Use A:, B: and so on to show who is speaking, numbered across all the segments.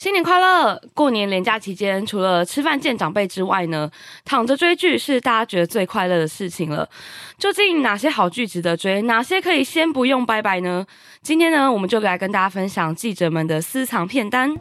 A: 新年快乐！过年连假期间，除了吃饭见长辈之外呢，躺着追剧是大家觉得最快乐的事情了。究竟哪些好剧值得追，哪些可以先不用拜拜呢？今天呢，我们就来跟大家分享记者们的私藏片单。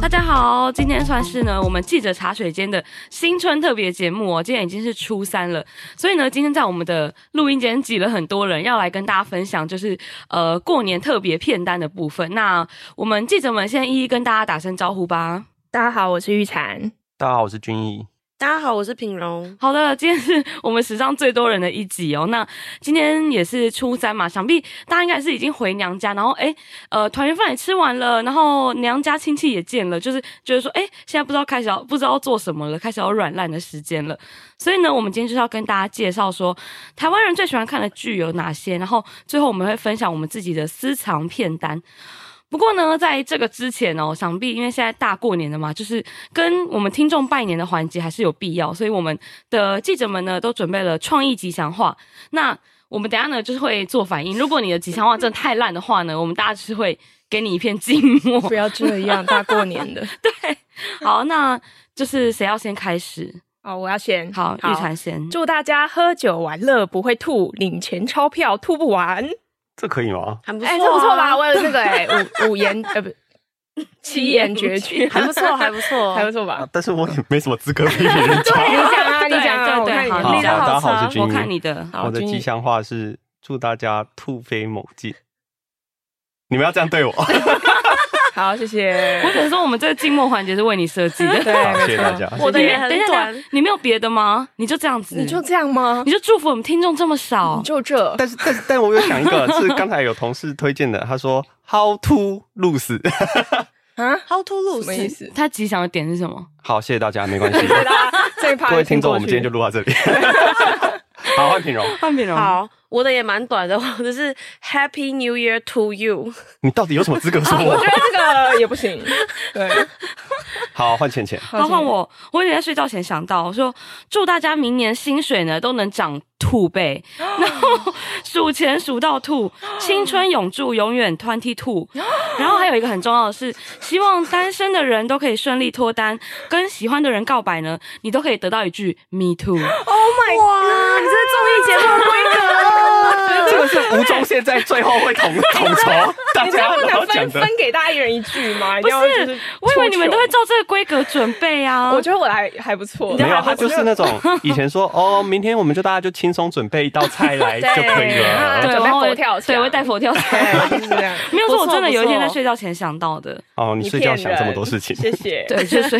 A: 大家好，今天算是呢我们记者茶水间的新春特别节目哦。今天已经是初三了，所以呢，今天在我们的录音间挤了很多人，要来跟大家分享就是呃过年特别片单的部分。那我们记者们先一一跟大家打声招呼吧。
B: 大家好，我是玉婵。
C: 大家好，我是君毅。
D: 大家好，我是品荣。
A: 好的，今天是我们史上最多人的一集哦。那今天也是初三嘛，想必大家应该是已经回娘家，然后哎，呃，团圆饭也吃完了，然后娘家亲戚也见了，就是觉得说，哎，现在不知道开始要不知道做什么了，开始要软烂的时间了。所以呢，我们今天就是要跟大家介绍说，台湾人最喜欢看的剧有哪些，然后最后我们会分享我们自己的私藏片单。不过呢，在这个之前哦，想必因为现在大过年的嘛，就是跟我们听众拜年的环节还是有必要，所以我们的记者们呢都准备了创意吉祥话。那我们等一下呢就是会做反应，如果你的吉祥话真的太烂的话呢，我们大家就是会给你一片静默。
B: 不要这样，大过年 的。
A: 好，那就是谁要先开始？
B: 哦，我要先
A: 好，玉婵先。
B: 祝大家喝酒玩乐不会吐，领钱钞票吐不完。
C: 这可以吗？
D: 很不错、啊，
B: 哎、这不错吧？我有 那个哎、五五言呃不七言绝句，
D: 还 不错，还不错，
B: 还不错吧
C: 啊？但是我也没什么资格批评人
B: 你
C: 家。
B: 讲啊，你
A: 对
B: 讲啊，
A: 对 对
B: 我看你
A: 好
B: 的
A: 好
B: 力量
C: 大家好
B: 差
C: 我是君
A: 我
C: 怡
A: 看你的，
B: 好
C: 我的
B: 君
C: 吉
B: 毅
C: 祥话是祝大家突飞猛进。你们要这样对我，
B: 好，谢 谢
A: 我。只能说我们这个静默环节是为你设计的。
B: 对，
C: 好，谢
B: 没
C: 谢
B: 错
C: 大家。
D: 我的也很
A: 等一下，等一
D: 短
A: 下，你没有别的吗？你就这样子，
B: 你就这样吗？
A: 你就祝福我们听众这么少
B: 你，就这，
C: 但是，但是，但我有想一个，是刚才有同事推荐的，他说 “How to lose”。
D: How to
B: 啊什么意
D: lose？
B: 思？
A: 他吉祥的点是什么？
C: 好，谢谢大家，没关系。
B: 这一趴
C: 各位
B: 就
C: 听众，
B: 过
C: 我们今天
B: 去
C: 就录到这里。 好，换品荣，
A: 换别人，
D: 好，我的也蛮短的，我的是 Happy New Year to you。
C: 你到底有什么资格说我？
B: 我觉得这个也不行。对，
C: 好，换浅浅。
A: 包括我，我也在睡觉前想到，我说祝大家明年薪水呢都能涨兔 倍，然后数钱数到吐，青春永驻，永远 twenty two。然后还有一个很重要的是，希望单身的人都可以顺利脱单，跟喜欢的人告白呢，你都可以得到一句 me too。
B: ，Oh my，
D: 哇，你这综艺节目规格
C: 这个是吴宗宪在最后会统统筹大
B: 你这
C: 家
B: 样不
C: 然后
B: 能
C: 讲
B: 分
C: 的
B: 分。给大家一人一句吗？一
A: 不
B: 定
A: 是
B: 要就是，
A: 我以为你们
B: 出糗
A: 都会照这个规格准备 啊。
B: 我觉得我的还还不错，
C: 没有，他就是那种以前说哦，明天我们就大家就轻松准备一道菜来
B: 对
C: 就可以
B: 啊
C: 了。
A: 对，
B: 准备
A: 然后我
B: 佛跳墙
A: 对，我会带佛跳 墙。
B: 对就是这样。
A: 没有，是我真的有一天
D: 不
A: 在
D: 错不错
A: 睡觉前想到的。
C: 哦，你睡觉想这么多事情。
B: 谢谢。
A: 对，就是。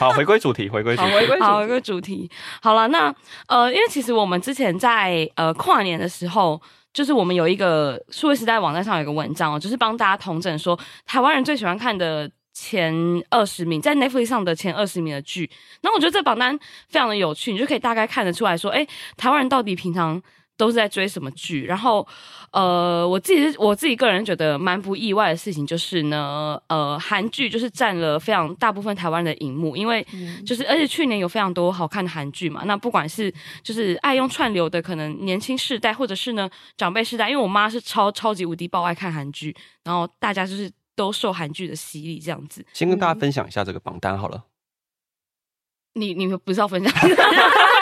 C: 好，回归主题，回归主
B: 好，
C: 题。
B: 回归
A: 好，
B: 主
A: 一
B: 题。
A: 个主题。好了，那呃，因为其实我们之前在呃跨年的时候，就是我们有一个数位时代网站上有一个文章哦，就是帮大家统整说台湾人最喜欢看的。前二十名在 Netflix 上的前二十名的剧，那我觉得这榜单非常的有趣，你就可以大概看得出来说，哎、台湾人到底平常都是在追什么剧？然后，呃，我自己是我自己个人觉得蛮不意外的事情就是呢，呃，韩剧就是占了非常大部分台湾人的荧幕，因为
D: 嗯
A: 就是而且去年有非常多好看的韩剧嘛，那不管是就是爱用串流的可能年轻世代，或者是呢长辈世代，因为我妈是超超级无敌爆爱看韩剧，然后大家就是都受韩剧的洗礼这样子。
C: 先跟大家分享一下这个榜单好了。
A: 你你不是要分享？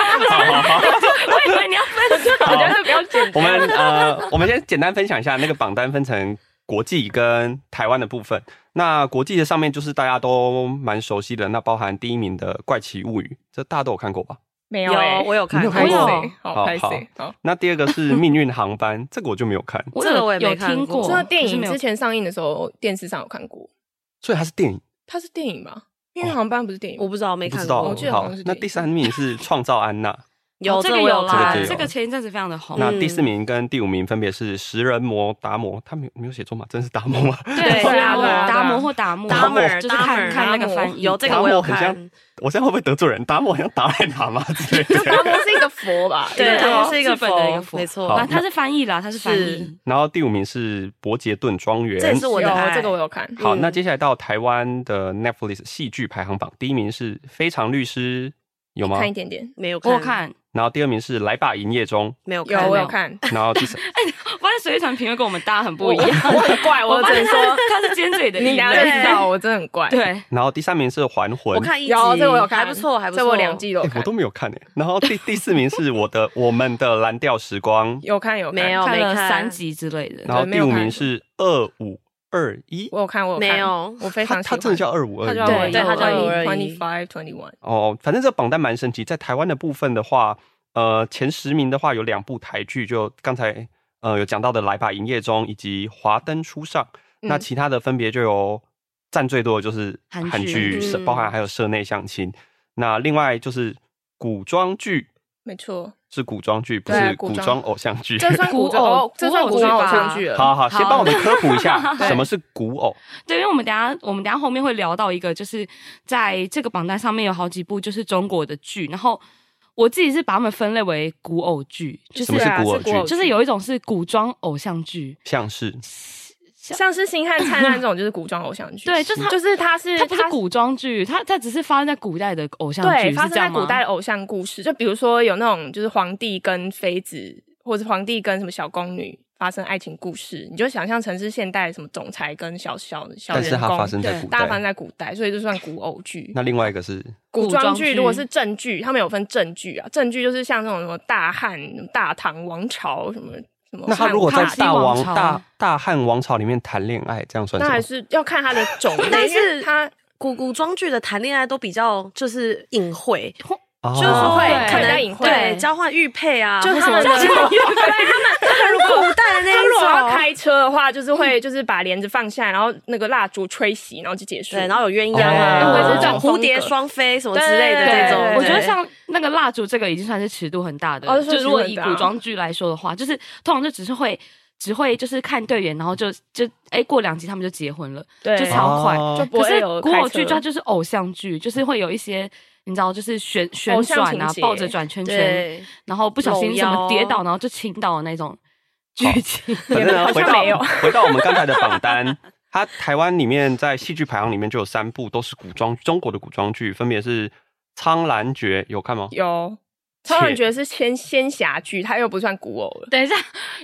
A: 我以为你要分享。
B: 我觉得比较简
C: 我
B: 单。
C: 们呃，我们先简单分享一下那个榜单分成国际跟台湾的部分。那国际的上面就是大家都蛮熟悉的，那包含第一名的《怪奇物语》，这大家都有看过吧？
B: 没有欸
D: 有，我有看
C: 你有
D: 过，
B: 拍
C: 看过
A: 我
B: 谁
A: 有？
B: 好
C: 好
B: 拍
C: 好
B: 谁？好。
C: 那第二个是《命运航班》，这个我就没有看，
A: 我
D: 这个我也
A: 有
D: 没看
A: 听
D: 过
B: 这个电
A: 可是
B: 影
A: 没有
B: 之前上映的时候，电视上有看过。
C: 所以它是电影，
B: 它是电影吧？命运航班不是电影吗，
D: 我不知道，没
C: 不
D: 看
C: 知
D: 过。
C: 道。
B: 我记得好像是
C: 那
B: 电影
C: 第三名是《创造安娜》，
D: 有
A: 这
D: 个
B: 哦
A: 个
D: 我
A: 有啦
C: 这个
D: 看，
C: 就有
A: 这个前一阵子非常的红。
C: 那
D: 嗯
C: 第四名跟第五名分别是食人魔达摩，他没有没有写错嘛？真是达摩吗？
A: 对，
D: 对
A: 达
D: 啊
A: 摩
D: 对啊
A: 达摩或达摩，
D: 达摩
A: 就是看
D: 达摩
A: 看那个翻译。
B: 哦
D: 有这个我有看，
C: 我这样会不会得罪人？达摩好像达赖喇嘛之类的。
B: 达摩是一个佛吧？
D: 对，
B: 一个
D: 它是一个
A: 日本的一个佛
D: 佛，没
C: 好
A: 啊，
D: 错，
A: 他是翻译啦，他是翻译
D: 是。
C: 然后第五名是伯杰顿庄园。
D: 这也是我的
B: 有
D: 爱
B: 这个我有看。
C: 好，
D: 嗯
C: 那接下来到台湾的 Netflix 戏剧排行榜，第一名是《非常律师有吗？
B: 看一点点，
D: 没有
A: 我
D: 看，
A: 有看，
C: 然后第二名是《来吧营业中
D: 没有
B: 有
D: 看，
B: 我
A: 没
B: 有
A: 有
B: 看，
C: 然后第三，
A: 我发现水玉传评论跟我们大家很不
B: 我
A: 一样。
B: 我很怪， 我只
A: 发
B: 能
A: 现
B: 说
A: 他他是尖嘴的异类，
B: 你俩就知道我真的很怪。
A: 对，
C: 然后第三名是《还魂》，
D: 我看一集，
B: 有这我有看，
D: 还不错，还不错，
B: 这我两季都有
C: 诶
B: 看
C: 哎我都，没有看诶。然后第第四名是我的我们的蓝调时光，
B: 有看有看
D: 没有
A: 看了
D: 没看
A: 三集之类的。
C: 然后
B: 没
C: 第
B: 有
C: 五
B: 看
C: 名是二五二一，
B: 我有看，我有看
D: 没有
B: 我非常
C: 他
B: 喜
C: 他
B: 欢。
C: 真的叫二五二
B: 他
C: 一，
B: 叫
A: 对
D: 对他叫22
B: twenty five twenty one，
C: 哦，反正这个榜单蛮神奇。在台湾的部分的话，呃，前十名的话有两部台剧，就刚才呃有讲到的《来吧营业中》以及《华灯初上》
B: 嗯
C: 那其他的分别就有占最多的就是
A: 韩
C: 韩
A: 剧
C: 剧，社
B: 嗯
C: 包含还有社内相亲。那另外就是古装剧，
B: 没 错，
C: 是古装剧，不
B: 对啊
C: 是
B: 古
C: 古
B: 装
C: 装偶像剧。
B: 这算古
A: 古偶
B: 偶，这算
A: 哦古偶
B: 古装偶
A: 吧
B: 像剧了。
C: 好好，先
A: 好
C: 帮我们科普一下
B: 对
C: 什么是古偶。
A: 对，因为我们等一下我们等一下后面会聊到一个，就是在这个榜单上面有好几部就是中国的剧，然后我自己是把它们分类为古偶剧，就
C: 什么
A: 是
C: 是
B: 啊
C: 古偶
B: 是
C: 剧
B: 古偶
A: 就是有一种是古装偶像剧，
C: 像是
B: 像是《星汉灿烂》这种就是古装偶像剧，
A: 对，就是它
B: 就是它是
A: 它不是古装剧，它它只是发生在古代的偶像剧，
B: 对
A: 是
B: 发生
A: 这
B: 在
A: 样吗
B: 古代的偶像故事，就比如说有那种就是皇帝跟妃子，或者皇帝跟什么小宫女发生爱情故事，你就想象成是现代什么总裁跟小小小
C: 但是
B: 员
C: 它发
B: 工。
C: 生在古
B: 大家发生
C: 代。
B: 在古代，所以就算古偶剧。
C: 那另外一个是
B: 古
A: 古装
B: 装
A: 剧
B: 剧如果是正剧，他们有分正剧啊，正剧就是像这种什么大汉、大唐王朝什么什么汉。
C: 那他如果在
A: 康熙
C: 大
A: 王
C: 王
A: 朝
C: 大大汉王朝里面谈恋爱，这样算
B: 那还
C: 什么？
B: 是要看他的种类，
D: 但
B: 因为
D: 是
B: 他
D: 古古装剧的谈恋爱都比较就是隐晦，
C: 哦
D: 就是会
A: 对
D: 可
A: 比较
D: 能
B: 隐晦
D: 对交换玉佩啊，
B: 就
D: 或
B: 他
D: 什么
B: 们的，
D: 这种
B: 对他们如果
D: 古代的那
B: 他如果要
D: 一种。
B: 开车的话，就是会就是把帘子放下，然后那个蜡烛吹熄，然后就结束。
D: 对，然后有鸳鸯
C: 哦
D: 啊，
C: 我也是
B: 这种
D: 蝴
B: 风
D: 蝶
B: 格
D: 双飞什么之类的
B: 对
D: 这种，
B: 对
A: 我觉得
D: 对
A: 像那个蜡烛这个已经算是尺度很大的，
B: 哦这
A: 就
B: 算
A: 如果
B: 尺度
A: 以
B: 很大
A: 古装剧来说的话，就是通常就只是会只会就是看队员，然后就就哎、过两集他们就结婚了，
B: 对
A: 就超快。
C: 哦
B: 就不
A: 可
B: 会
A: 是
B: 有
A: 古
B: 开
A: 偶剧
B: 车
A: 它就是偶像剧，就是会有一些你知道，就是旋旋
B: 偶像
A: 转啊
B: 情，节
A: 抱着转圈圈，
D: 对，
A: 然后不小心什么
D: 搂腰
A: 跌倒，然后就倾倒的那种剧情。
C: 反正呢
B: 好
C: 回
B: 像
C: 到
B: 没有
C: 回到我们刚才的榜单，它台湾里面在戏剧排行里面就有三部都是古装中国的古装剧，分别是《苍兰诀》，有看吗？
B: 有。超人觉得是仙仙侠剧，它又不算古偶了。
A: 等一下，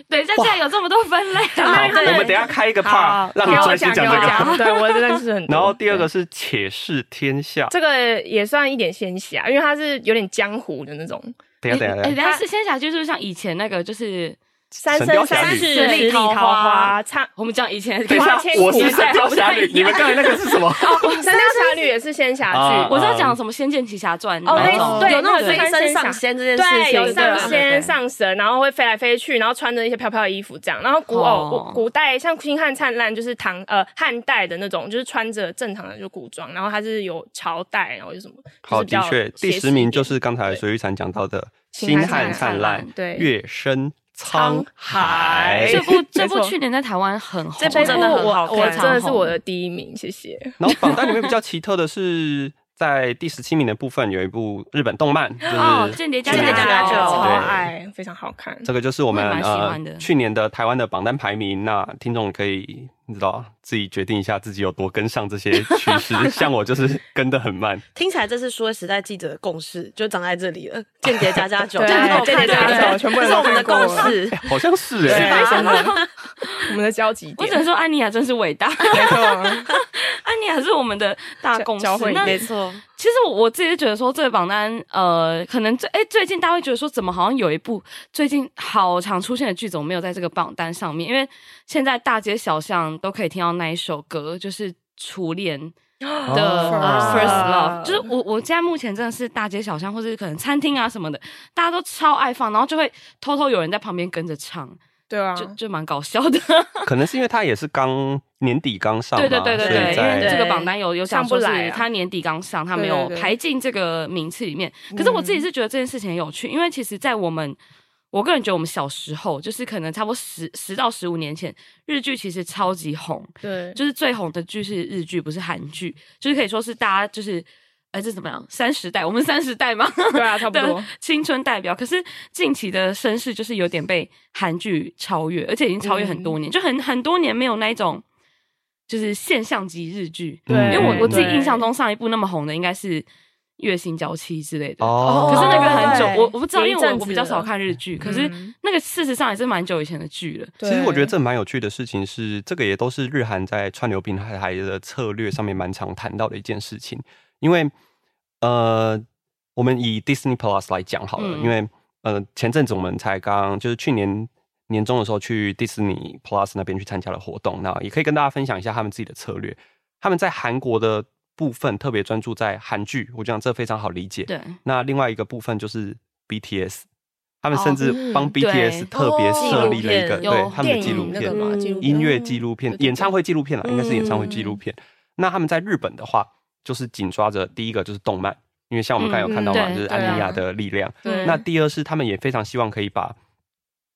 A: 等一下，竟然有这么多分类
C: 好，
A: 啊！
B: 他们
C: 我们等一下开一个 part 让你
B: 给我
C: 专心
B: 讲，给
C: 讲
B: 我
C: 这个。
B: 讲。对我真的是很多。
C: 然后第二个
B: 对
C: 是《且试天下》，
B: 这个也算一点仙侠，因为它是有点江湖的那种。
C: 等一下等一下
A: 哎，
C: 等一
A: 等一下是仙侠剧，是不是像以前那个就是
B: 三
C: 神雕
B: 生
C: 侠
B: 三
C: 侣
B: 世
A: 十里
B: 十里
A: 桃
B: 桃
A: 花哦
B: 花，唱
A: 我们讲以前？
B: 花
C: 下，等一
B: 千
C: 下，我
B: 骨
C: 是神雕侠
B: 不太
C: 侣
B: 一，样
C: 你们刚才那个是什么？
B: 《神雕侠侣》也是仙侠
C: 啊
B: 剧，
A: 我是要讲什么《仙剑奇侠传》
B: 哦
A: 那
C: 类似
A: 种，
B: 对
D: 有那
B: 那
D: 种
B: 个
D: 飞
B: 翻
D: 升
B: 身
D: 上
B: 上
D: 仙这件事
B: 对，
D: 情，
B: 有上
A: 对对对
B: 仙上神，然后会飞来飞去，然后穿着一些飘飘的衣服这样。然后古
A: 哦
B: 偶、古古代像《星汉灿烂》，就是唐呃汉代的那种，就是穿着正常的就古装，然后它是有朝代，然后有什么
C: 好，的确，第十名就是刚才
B: 对
C: 隋玉婵讲到的《
B: 星
C: 星
B: 汉
C: 汉
A: 灿
C: 灿
A: 烂
C: 烂》，
B: 对
C: 月升沧
B: 沧
C: 海
B: 海。
A: 这部这
B: 没错
A: 部去年在台湾很哦红，
D: 这部
B: 这
D: 真的很
B: 我
D: 好看
B: 我真的是我的第一名，谢谢。
C: 然后榜单里面比较奇特的是，在第十七名的部分有一部日本动漫，就是
A: 哦间谍加
C: 去年
D: 加加
B: 我
D: 九
C: 对
B: 超爱，非常好看。
C: 这个就是我们
A: 我也蛮喜欢的
C: 呃去年的台湾的榜单排名，那听众可以你知道自己决定一下自己有多跟上这些趋势。 像我就是跟的很慢，
D: 听起来这是说时代记者的共识，就长在这里了。间谍加加酒，
B: 对
D: 这样都有
B: 间谍
D: 看
B: 加加
D: 对不对
B: 酒全部
D: 这
B: 人
D: 是
B: 都
D: 我们的
B: 看过
D: 共
B: 了
D: 识。
C: 好像是
B: 对，
C: 哎、
B: 非常好，我们的交集
A: 我
B: 点
A: 只。能说安妮亚真是伟大，
B: 没错，
A: 啊安妮亚是我们的大共识
B: 交交汇。
A: 那
D: 没错，
A: 其实我我自己是觉得说这个榜单，呃，可能最哎、最近大家会觉得说，怎么好像有一部最近好常出现的剧怎么没有在这个榜单上面？因为现在大街小巷都可以听到那一首歌，就是《初恋》的
C: 哦
A: First Love，就是我我现在目前真的是大街小巷或者可能餐厅啊什么的，大家都超爱放，然后就会偷偷有人在旁边跟着唱，
B: 对啊，
A: 就就蛮搞笑的。
C: 可能是因为它也是刚年底刚上嘛，
A: 对对对对
C: 所以
A: 对，因
C: 在
A: 为这个榜单有有讲
B: 上不
A: 说
B: 来
A: 是
B: 啊
A: 他年底刚上，他没
B: 对
A: 有
B: 对对嗯
A: 排进这个名次里面。可是我自己是觉得这件事情很有趣，因为其实，在我们我个人觉得我们小时候，就是可能差不多十十到十五年前，日剧其实超级红，
B: 对，
A: 就是最红的剧是日剧，不是韩剧，就是可以说是大家就是。哎，这怎么样？三十代，我们三十代吗？
B: 对啊，差不
A: 的
B: 多。
A: 青春代表。可是近期的声势就是有点被韩剧超越，而且已经超越很
B: 嗯
A: 多年，就很很多年没有那一种就是现象级日剧。
C: 嗯
A: 因
B: 对，
A: 为我我自己
B: 嗯对
A: 印象中上一部那么红的应该是月薪娇妻之类的。
C: 哦
A: 可是那个很久，
B: 对
A: 我我不知道，
B: 有一
A: 因为
B: 阵
A: 我
B: 子
A: 我比较少看日剧。可是
B: 嗯
A: 那个事实上也是蛮久以前的剧了。
C: 其实我觉得这蛮有趣的事情是，这个也都是日韩在串流平台的策略上面蛮常谈到的一件事情。因为呃，我们以 Disney Plus 来讲好了，
A: 嗯
C: 因为呃前阵子我们才刚就是去年年中的时候去 Disney Plus 那边去参加了活动，那也可以跟大家分享一下他们自己的策略。他们在韩国的部分特别专注在韩剧，我讲这非常好理解。
A: 对，
C: 那另外一个部分就是 BTS，他们
A: 哦
C: 甚至
D: 嗯
C: 帮
A: 对
C: BTS 特别设立了一个
D: 哦纪录片
C: 对他们的纪
B: 电
C: 录
B: 哦影那个
C: 片、
B: 嘛，
D: 嗯
B: 纪录片
C: 音乐纪录片
B: 对、对对
C: 演唱会纪录片了，应该是演唱会纪录
B: 嗯
C: 片。那他们在日本的话，就是紧抓着第一个就是动漫，因为像我们刚才有看到嘛，
A: 嗯嗯
C: 就是
B: 对啊嗯
C: 安妮亚
B: 对
C: 的力量。
B: 对
C: 那第二是他们也非常希望可以把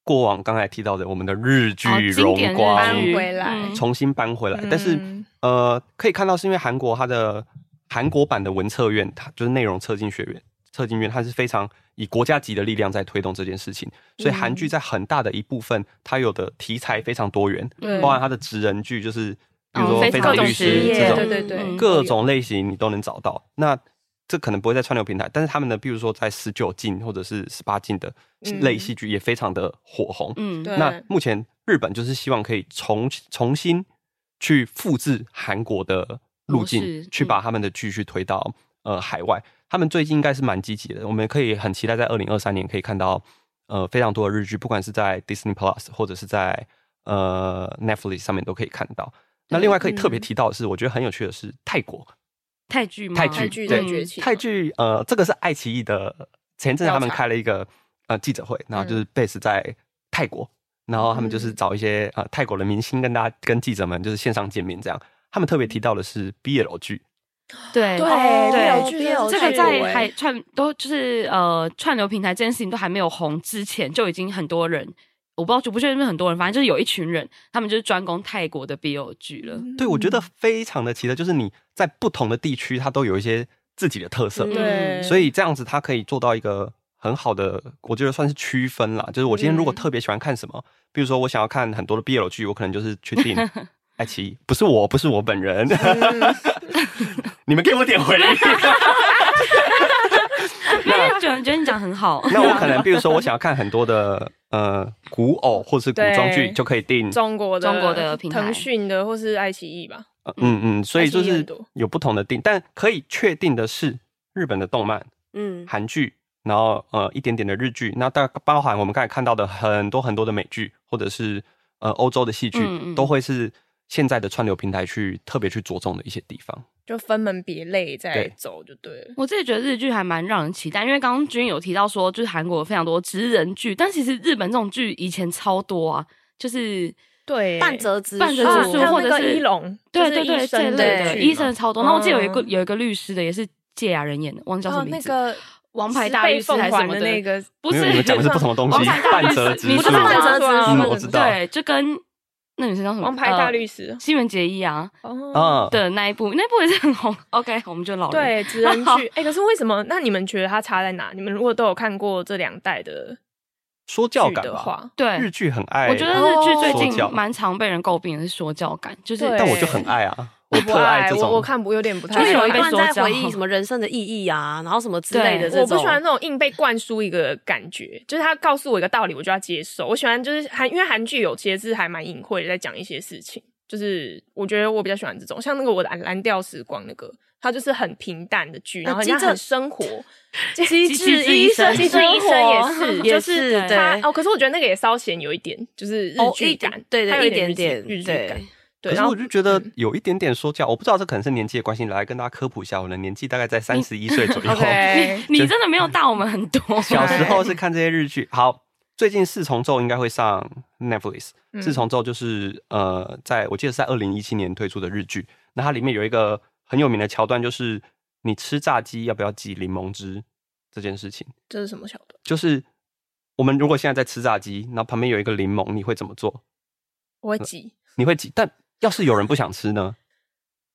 C: 过往刚才提到的我们的日剧
A: 哦经
C: 荣
A: 典
C: 光
A: 日
B: 搬
A: 剧
B: 回来
A: 嗯
C: 重新搬回来，但是
B: 嗯
C: 呃，可以看到是因为韩国它的韩国版的文策院，它就是内容策进学院、策进院，它是非常以国家级的力量在推动这件事情，所以韩剧在很大的一部分，它有的题材非常多元，
B: 对哦
C: 包含它的职人剧，就是比如
A: 嗯
C: 说
A: 非
C: 《非常
A: 常
C: 律
A: 职
C: 师
A: 业》
C: 这种
B: 对对对，
A: 嗯
C: 各种类型你都能找到。那这可能不会在串流平台，但是他们的，比如说在十九禁或者是十八禁的类戏剧也非常的火红。
A: 嗯，
B: 对
C: 那目前日本就是希望可以重重新去复制韩国的路
A: 模式
C: 径
A: 嗯，
C: 去把他们的剧去推到呃海外。他们最近应该是蛮积极的，我们可以很期待在二零二三年可以看到呃非常多的日剧，不管是在 Disney Plus 或者是在呃 Netflix 上面都可以看到。那另外
A: 嗯
C: 可以特别提到的是，我觉得很有趣的是泰国
A: 泰剧吗？
C: 泰
B: 泰
C: 剧
B: 剧
C: 对
B: 的崛起嘛，
C: 泰剧，呃，这个是爱奇艺的前阵子他
B: 调
C: 们
B: 查嗯
C: 开了一个呃记者会，然后就是 base 在泰国，然后他们就是找一些呃泰国的明星跟大家跟记者们就是线上见面这样。他们特别提到的是 BL 剧，
A: 对
B: 对
A: 对
B: 对对
A: 这个
B: 泰国
A: 在
B: 欸
A: 还串都就是呃串流平台这件事情都还没有红之前，就已经很多人，我不知道我不确定是不是很多人，反正就是有一群人，他们就是专攻泰国的 BL 剧了。
B: 嗯
C: 对我觉得非常的期待，就是你在不同的地区，它都有一些自己的特色，
A: 嗯
B: 对，
C: 所以这样子它可以做到一个很好的，我觉得算是区分啦。就是我今天如果
B: 嗯
C: 特别喜欢看什么，比如说我想要看很多的 BL 剧，我可能就是去 订爱奇艺，不是我，不是我本人，
B: 嗯
C: 你们给我点回应。
A: 因为觉得觉得你讲得很好，
C: 那我可能，比如说我想要看很多的呃古偶或是古装剧，
B: 对
C: 就可以订。
B: 中国的
A: 中国的平台
B: 腾讯的或是爱奇艺吧，
C: 呃嗯嗯，所以就
B: 爱奇艺
C: 是
B: 很多
C: 有不同的订，但可以确定的是，日本的动漫
D: 嗯，
C: 韩剧，然后呃一点点的日剧，那大包含我们刚才看到的很多很多的美剧，或者是呃欧洲的戏剧，
A: 嗯嗯
C: 都会是现在的串流平台去特别去着重的一些地方。
B: 就分门别类再
C: 对
B: 走就对了。
A: 我自己觉得日剧还蛮让人期待，因为刚刚君有提到说，就是韩国有非常多职人剧，但其实日本这种剧以前超多啊，就是
B: 对，
D: 半折之
A: 半折
B: 啊
A: 之术
B: 还有
A: 或者
B: 那个
A: 是
B: 一龙，
A: 对
B: 就是
A: 对对
B: 医
A: 这类
B: 生
D: 的
A: 的
B: 剧
A: 医
B: 嘛
A: 生超多。那我记得有一个
B: 嗯
A: 有一个律师的，也是芥雅人演的，忘记叫什么
B: 哦，
A: 名
B: 那
A: 字。
B: 个
A: 王牌大律师还是什么
B: 的那个，
A: 不
C: 因
A: 是
C: 为你们讲的是不同的东
A: 王
C: 西
A: 牌，大律
C: 半
A: 师
C: 泽直
A: 你
C: 树
A: 不知道半
D: 泽直树
C: 嗯我知道
A: 啊对，就跟那女生叫什么？
B: 王牌大律师
A: 呃，新垣结衣啊
B: 哦，
C: 啊，
A: 的那一部，那部也是很红。OK，我们就
C: 嗯
A: 老人。
B: 对，职人剧，哎，可是为什么？那你们觉得它差在哪？你们如果都有看过这两代的
C: 说教
B: 剧
C: 感
B: 的
C: 吧，
B: 话，
A: 对，
C: 日剧很爱，
A: 哎我觉得日剧最
C: 说
A: 近
C: 教
A: 蛮常被人诟病的是说教感，就是
B: 对
C: 但我 就很爱啊，我
B: 不
C: 特爱这种，
B: 我我看不有点不
D: 就
B: 太
D: 是
B: 喜
D: 有
B: 欢
D: 一
A: 被
D: 段
A: 说
D: 在
A: 教
D: 回忆什么人生的意义啊，然后什么之类的
A: 对
D: 这
B: 我
D: 种。
B: 不喜欢那种硬被灌输一个感觉，就是他告诉我一个道理，我就要接受。我喜欢就是韩，因为韩剧有些是还蛮隐晦的，在讲一些事情。就是我觉得我比较喜欢这种，像那个我的蓝蓝调时光那个，它就是很平淡的剧，然后
D: 呃机
B: 像
D: 智
B: 很生活。
D: 机
A: 智
D: 智
A: 医
D: 医
A: 生
D: 生，
A: 机
D: 机
A: 智
D: 智
A: 医
D: 医
A: 生
D: 生
A: 也是
D: 也是，也是
A: 对
B: 它
D: 对，
B: 哦，可是我觉得那个也稍显有一点，就是日
D: 哦
B: 剧
D: 一
B: 感，
D: 对
B: 它
D: 对，
B: 有
D: 一
B: 点
D: 点点
B: 日剧感
D: 对。。
B: 对，
C: 可是
B: 然后
C: 我就觉得有一点点说教，我不知道这可能是年纪的关系，来跟大家科普一下，我的年纪大概在三十一岁 左右。
B: OK，
A: 你真的没有大我们很多。
C: 小时候是看这些日剧。好，最近《四重奏》应该会上 Netflix，《
B: 嗯
C: 四重奏》就是呃，在我记得是在二零一七年推出的日剧。那它里面有一个很有名的桥段，就是你吃炸鸡要不要挤柠檬汁这件事情。
B: 这是什么小段？
C: 就是我们如果现在在吃炸鸡，然后旁边有一个柠檬，你会怎么做？
B: 我会
C: 嗯
B: 挤，
C: 你会挤？但要是有人不想吃呢？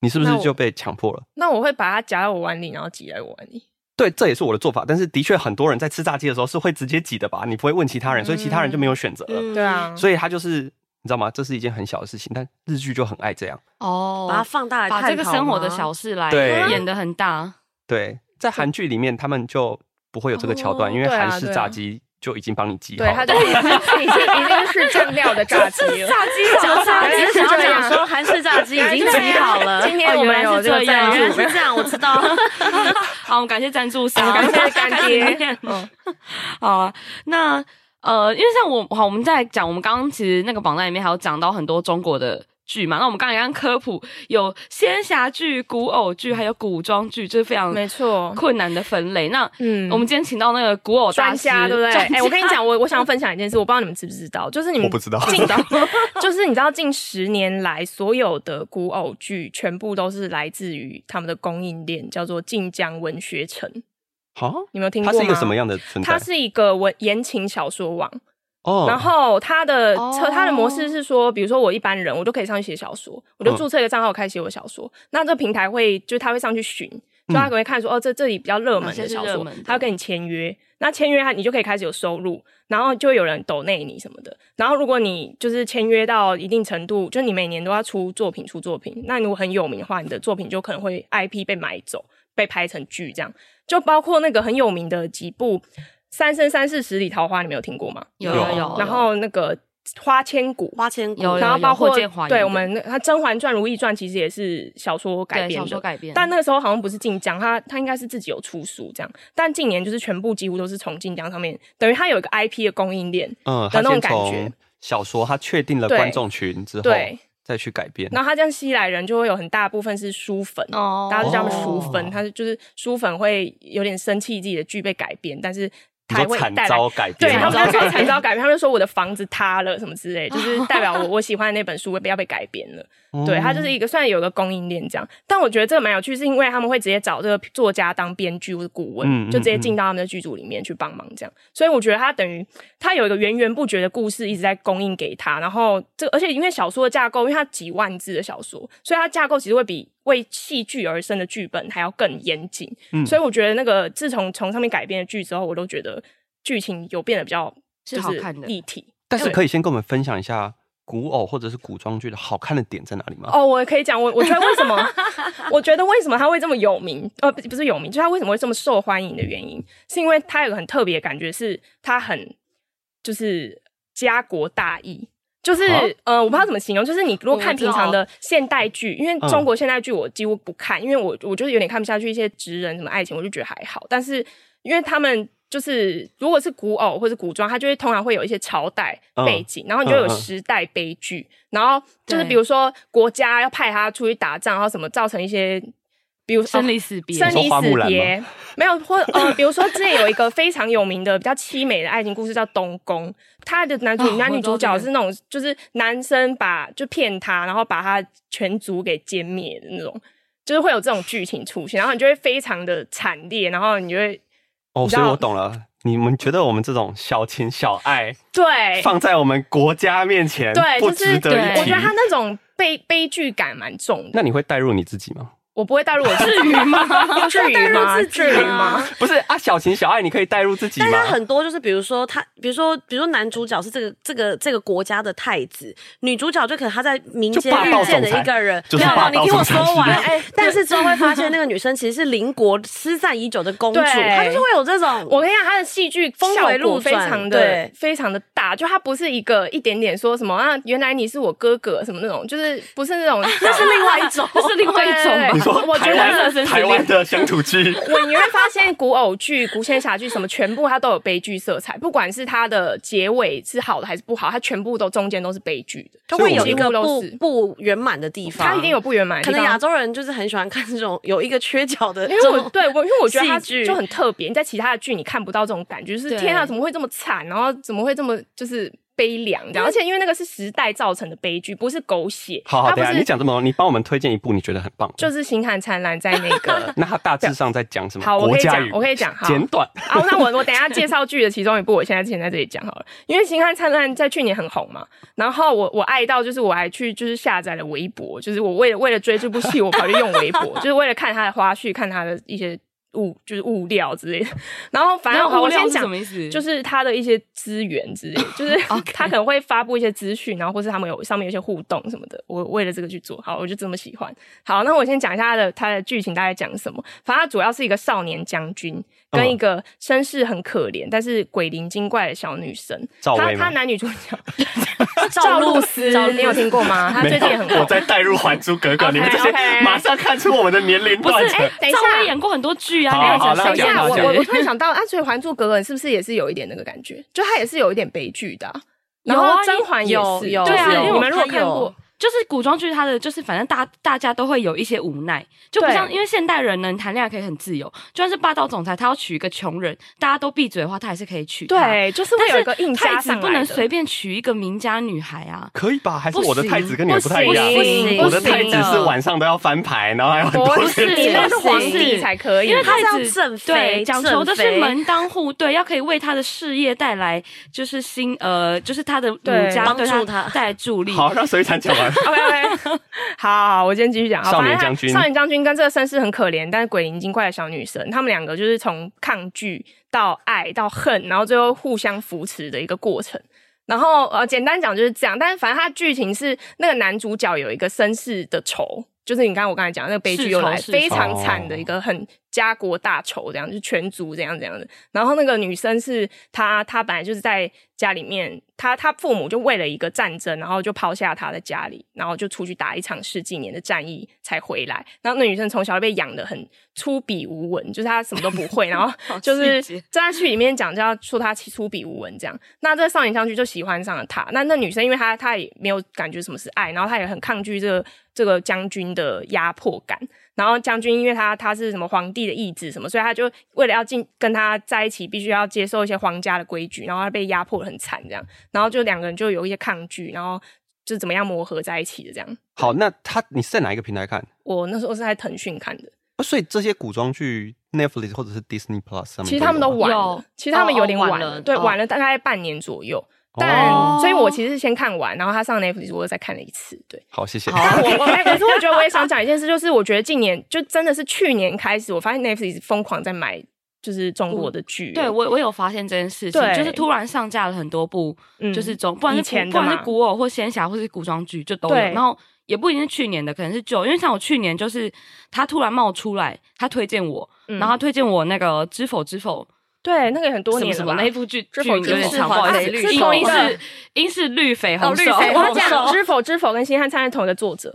C: 你是不
B: 那
C: 是
B: 我
C: 就被强迫了？
B: 那我会把它夹到我碗里，然后挤在我碗里。
C: 对，这也是我的做法。但是的确，很多人在吃炸鸡的时候是会直接挤的吧？你不会问其他人，所以其他人就没有选择了。
D: 嗯
B: 对啊，
C: 所以他就是你知道吗？这是一件很小的事情，但日剧就很爱这样。
A: 哦，
D: 把它放大来
A: 把
D: 探
A: 这个
D: 讨
A: 生活的
D: 吗
A: 小事来
C: 对
A: 演的很大。
C: 对，在韩剧里面他们就不会有这个桥段，
B: 哦
C: 因为
B: 对啊
C: 韩式
B: 对啊
C: 炸鸡就已经帮你记好
B: 对，
C: 了。
B: 它就已经已经已经是酱料的炸 鸡了。
A: 炸鸡
D: 想炸
B: 原来
D: 只
B: 是这
D: 是
B: 样
D: 想讲说韩式炸鸡已经挤好了。哦
B: 今天我们有这个
D: 原
B: 赞
D: 来
B: 助
D: 是这样，我知道。
A: 好，我们感谢赞助 商，
D: 好感谢干爹
A: 感 谢。
B: 嗯
A: 好啊，那呃，因为像我好，我们在讲我们刚刚其实那个榜单里面还有讲到很多中国的。剧嘛，那我们刚才刚科普有仙侠剧、古偶剧，还有古装剧，这是非常
B: 没错
A: 困难的分类。那
B: 嗯
A: 我们今天请到那个古偶大
B: 专
A: 师
B: 家对不对？
A: 专家
B: 哎、我跟你讲，我我想要分享一件事，我不知道你们知不知道，就是你们
C: 我不知道
B: 近就是你知道近十年来所有的古偶剧全部都是来自于他们的供应链，叫做晋江文学城。
C: 好，
B: 你们有听
C: 它
B: 过吗？
C: 是一个什么？样的存在
B: 它？是一个文言情小说网，
C: 哦，
B: 然后它的
A: 哦
B: 测它的模式是说，比如说我一般人，我就可以上去写小说，我就
C: 嗯
B: 注册一个账号开始写我小说。那这个平台会，就是它会上去寻，
C: 嗯
B: 就它可能会看说，哦，这这里比较热门
A: 哪些
B: 的
A: 是
B: 小
A: 热
B: 说
A: 门的，
B: 它会跟你签约。那签约它你就可以开始有收入，然后就会有人抖内你什么的。然后如果你就是签约到一定程度，就你每年都要出作品出作品，那如果很有名的话，你的作品就可能会 IP 被买走，被拍成剧这样。就包括那个很有名的几部《三生三世十里桃花》，你们有听过吗？
A: 有
C: 有
A: 有哦有
B: 然后那个花千骨，
D: 花千骨，
A: 有
B: 然后包括
A: 霍建华演的
B: 对我们那他《甄嬛传》《如懿传》其实也是小说改
A: 对
B: 编
A: 小说
B: 的。
A: 改编，
B: 但那个时候好像不是晋江，他他应该是自己有出书这样，但近年就是全部几乎都是从晋江上面，等于他有一个 IP 的供应链，
C: 嗯，
B: 的
C: 它
B: 那种
C: 先
B: 感觉
C: 从小说，它确定了
B: 对
C: 观众群之后，
B: 对，
C: 再去改编。
B: 然后他这样吸来人就会有很大部分是书粉，
A: 哦
B: 大家就叫他们书
C: 哦
B: 粉，他就是书粉会有点生气自己的剧被改编，但是
C: 你
B: 他
C: 说
B: 会
C: 惨
B: 带来
C: 遭改
B: 对
C: 编
B: 他
C: 吗，
B: 们那时候惨遭改编，他们就说我的房子塌了什么之类，就是代表我我喜欢的那本书要被改编了。对，
C: 哦
B: 它就是一个算有个供应链这样。但我觉得这个蛮有趣，是因为他们会直接找这个作家当编剧或者顾问，
C: 嗯嗯
B: 就直接进到他们的剧组里面去帮忙这样。所以我觉得他等于他有一个源源不绝的故事一直在供应给他。然后这而且因为小说的架构，因为它几万字的小说，所以它架构其实会比为戏剧而生的剧本还要更严谨。
C: 嗯
B: 所以我觉得那个自从从上面改编的剧之后，我都觉得剧情有变得比较
A: 是
B: 就
A: 好看的
B: 立体。
C: 但是可以先跟我们分享一下古偶或者是古装剧的好看的点在哪里吗？
B: 哦，我可以讲，我我觉得为什 么，我觉得为什么他会这么有名，呃，不不是有名，就是他为什么会这么受欢迎的原因，是因为他有个很特别的感觉，是他很就是家国大义。就是
C: 啊
B: 呃，我不知道怎么形容，就是你如果看
A: 我知道
B: 平常的现代剧，因为
C: 嗯
B: 中国现代剧我几乎不看，因为我我就是有点看不下去一些职人什么爱情，我就觉得还好。但是因为他们就是如果是古偶或者古装，它就会通常会有一些朝代
C: 嗯
B: 背景，然后你就有
C: 嗯嗯
B: 时代悲剧，然后就是
A: 对
B: 比如说国家要派他出去打仗，然后什么造成一些，比如
A: 生离
B: 哦
A: 死别，
B: 生离
C: 你说花木
B: 死
C: 兰
B: 别，没有或呃，比如说之前有一个非常有名的比较凄美的爱情故事叫《东宫》，他的男主、
A: 哦
B: 男女
A: 我知道
B: 主角
A: 这个
B: 是那种就是男生把就骗他，然后把他全族给歼灭的那种，就是会有这种剧情出现，然后你就会非常的惨烈，然后你就会
C: 哦，
B: 你知
C: 所
B: 道
C: 以我懂了。你们觉得我们这种小情小爱
B: 对
C: 放在我们国家面前，
B: 哎对，
C: 不
B: 就是
C: 值得一
B: 我
C: 提
B: 觉得。他那种悲悲剧感蛮重的。
C: 那你会带入你自己吗？
B: 我不会带入我至于 吗？至于吗？至于吗？
C: 不是啊，小情小爱你可以带入自己
D: 但
C: 吗
D: 他？很多就是，比如说他，比如说，比如说男主角是这个这个这个国家的太子，女主角就可能他在民间
C: 就霸道
D: 遇见
C: 总
D: 的
C: 裁
D: 一个人，
C: 就是
D: 没有
C: 霸道
D: 没有，你听我
C: 总裁
D: 说完。
C: 是
D: 哎，但是之后会发现，那个女生其实是邻国失散已久的公主，
B: 对
D: 她就是会有这种
B: 我跟你讲，他的戏剧
D: 峰
B: 效
D: 回
B: 果
D: 路
B: 非
D: 转
B: 常的
D: 对
B: 非常的大，就他不是一个一点点说什么啊，原来你是我哥哥什么那种，就是不是那种，那
D: 是另外一种
A: 这是另外一种吧
C: 你？说
B: 我觉
C: 台
B: 得
C: 湾台湾的乡土 剧，
B: 我你会发现古偶剧、古仙侠剧什么，全部它都有悲剧色彩，不管是它的结尾是好的还是不好，它全部都中间都是悲剧的，
D: 就会有
B: 几
D: 一
B: 乎
D: 个
B: 都
D: 不
B: 是，
D: 不圆满的地方。
B: 它一定有不圆满的
D: 可
B: 地方，
D: 能亚洲人就是很喜欢看这种有一个缺角的
B: 因为
D: 这
B: 我
D: 种，
B: 对我，因为我觉得他
D: 戏剧
B: 就很特别，你在其他的剧你看不到这种感觉，就是
A: 对
B: 天啊，怎么会这么惨，然后怎么会这么就是悲凉这样，而且因为那个是时代造成的悲剧，不是狗血，
C: 好好，
B: 它不
C: 等一下你
B: 是
C: 讲这么多，你帮我们推荐一部你觉得很棒的。呃
B: 就是星汉灿烂在那 个
C: 那他大致上在讲什么？
B: 好我可以
C: 国家
B: 讲
C: 语，
B: 我可以讲好
C: 简短。
B: 好，啊那我我等一下介绍剧的其中一部，我现在先在这里讲好了。因为《星汉灿烂》在去年很红嘛，然后我我爱到就是我还去就是下载了微博，就是我为了为了追这部戏，我跑去用微博，就是为了看他的花絮，看他的一些。物就是物料之类的。然后反正
A: 那
B: 好
A: 物
B: 我
A: 料
B: 先
A: 是什
B: 讲
A: 么意思？
B: 就是它的一些资源之类，就是
A: OK
B: 它可能会发布一些资讯，然后或是他们有上面有一些互动什么的。我为了这个去做，好，我就这么喜欢。好，那我先讲一下它的它的剧情大概讲什么。反正它主要是一个少年将军跟
C: 嗯
B: 一个身世很可怜、但是鬼灵精怪的小女生。
C: 赵
B: 她
C: 薇吗
B: 她男女主角
D: 赵露
B: 思，赵你有听过吗？她最近也很
E: 我
B: 红。
E: 在带入《还珠格格》，你们这些
B: OK，OK
E: 马上看出我们的年龄
A: 不是
E: 段？
A: 哎
C: 呃
E: 层。，
B: 等一下
A: 赵薇演过很多剧啊，
E: 好
A: 没有
E: 好
A: 讲
E: 了
B: 等一
A: 小
E: 解
B: 下，
E: 了
B: 我
E: 解
B: 我我突然想到，啊，所以《还珠格格》是不是也是有一点那个感觉？就它也是有一点悲剧的啊、
A: 有
B: 然
A: 啊
B: 后甄嬛也
D: 有
B: 是，
D: 有
B: 对啊，
A: 哦有
B: 你们如果
D: 它
B: 看
D: 有
B: 过，
A: 就是古装剧，它的就是反正大大家都会有一些无奈，就不
B: 对
A: 像因为现代人呢，你谈恋爱可以很自由，就算是霸道总裁，他要娶一个穷人，大家都闭嘴的话，他还是可以娶他。
B: 对，就是会有一个硬
A: 但是
B: 加
A: 太子
B: 上
A: 不能
B: 来的
A: 随。便娶一个名家女孩啊！
C: 可以吧？还是我的
A: 不行
C: 太子跟你的不太一
B: 不
C: 样？
B: 行
C: 我的
B: 不
C: 太
B: 行
C: 子是晚上都要翻牌，然后还有很多
B: 不
A: 是
B: 是，
A: 你
B: 你
A: 那是
B: 那是
A: 皇
B: 皇
A: 帝
B: 帝才可以，啊
A: 因为
D: 他
A: 太
D: 是要
A: 子
D: 正妃
A: 对讲求的
D: 正
A: 是
D: 妃
A: 门当户对，要可以为他的事业带来就是新呃，就是他的母
B: 对
A: 家
D: 帮
A: 对
D: 助
A: 他
D: 他
A: 带来助力。
C: 好，让水产讲完。
B: OK OK，好好，我今天继续讲。好
C: 少年
B: 反正他
C: 将军
B: 少年将军跟这个身世很可怜，但是鬼灵精怪的小女生，他们两个就是从抗拒到爱到恨，然后最后互相扶持的一个过程。然后呃，简单讲就是这样，但是反正他剧情是那个男主角有一个身世的仇，就是你刚刚我刚才讲的那个悲剧又来，
A: 世仇世仇
B: 非常惨的一个很家国大仇，这样就是全族这样这样的。然后那个女生是她，她本来就是在家里面，她她父母就为了一个战争，然后就抛下她在家里，然后就出去打一场十几年的战役才回来。然后那女生从小被养的很粗鄙无闻，就是她什么都不会，然后 就是
A: 细节
B: 在她剧里面讲就要说她粗鄙无闻这样。那这少年将军就喜欢上了她。那那女生因为她她也没有感觉什么是爱，然后她也很抗拒这个这个将军的压迫感。然后将军因为他他是什么皇帝的义子什么，所以他就为了要进跟他在一起，必须要接受一些皇家的规矩，然后他被压迫的很惨这样，然后就两个人就有一些抗拒，然后就怎么样磨合在一起的这样。
C: 好，那他你是在哪一个平台看？
B: 我那时候是在腾讯看的，
C: 呃所以这些古装剧 Netflix 或者是 Disney Plus 上面有吗，
B: 其实他们都晚
A: 有
B: 了，其实他们有点晚
A: 哦哦晚
B: 了，
A: 了
B: 对，
A: 哦
B: 晚了大概半年左右。
C: 哦
B: 但、
A: 哦
B: 所以，我其实是先看完，然后他上 Netflix 我又再看了一次，对。
C: 好，谢
A: 哦
C: 谢。
B: 但我我 可是我觉得我也想讲一件事，就是我觉得近年就真的是去年开始，我发现 Netflix 疯狂在买就是中国的剧，
A: 对我我有发现这件事情，
B: 对
A: 就是突然上架了很多部，
B: 嗯
A: 就是中，不管是
B: 以前
A: 古
B: 的
A: 不管是
B: 嘛
A: 古偶或仙侠或是古装剧就都有，
B: 对
A: 然后也不一定是去年的，可能是旧，因为像我去年就是他突然冒出来，他推荐我，
B: 嗯
A: 然后他推荐我那个《知否知否》
B: 对，那个也很多
A: 什么
B: 年
A: 什
B: 了
A: 么
B: 吧？
A: 那一部剧，
B: 知
A: 剧
B: 否
A: 名
B: 知
A: 有点
B: 否
A: 长，不好意
D: 是
A: 思，
D: 黄
A: 英
D: 色
A: 英
D: 的
A: 是英是绿肥红
D: 哦 绿
A: 瘦，
D: 肥
B: 他
D: 红
A: 这样
B: 讲《知否知否》跟《星汉灿烂》同一个作者，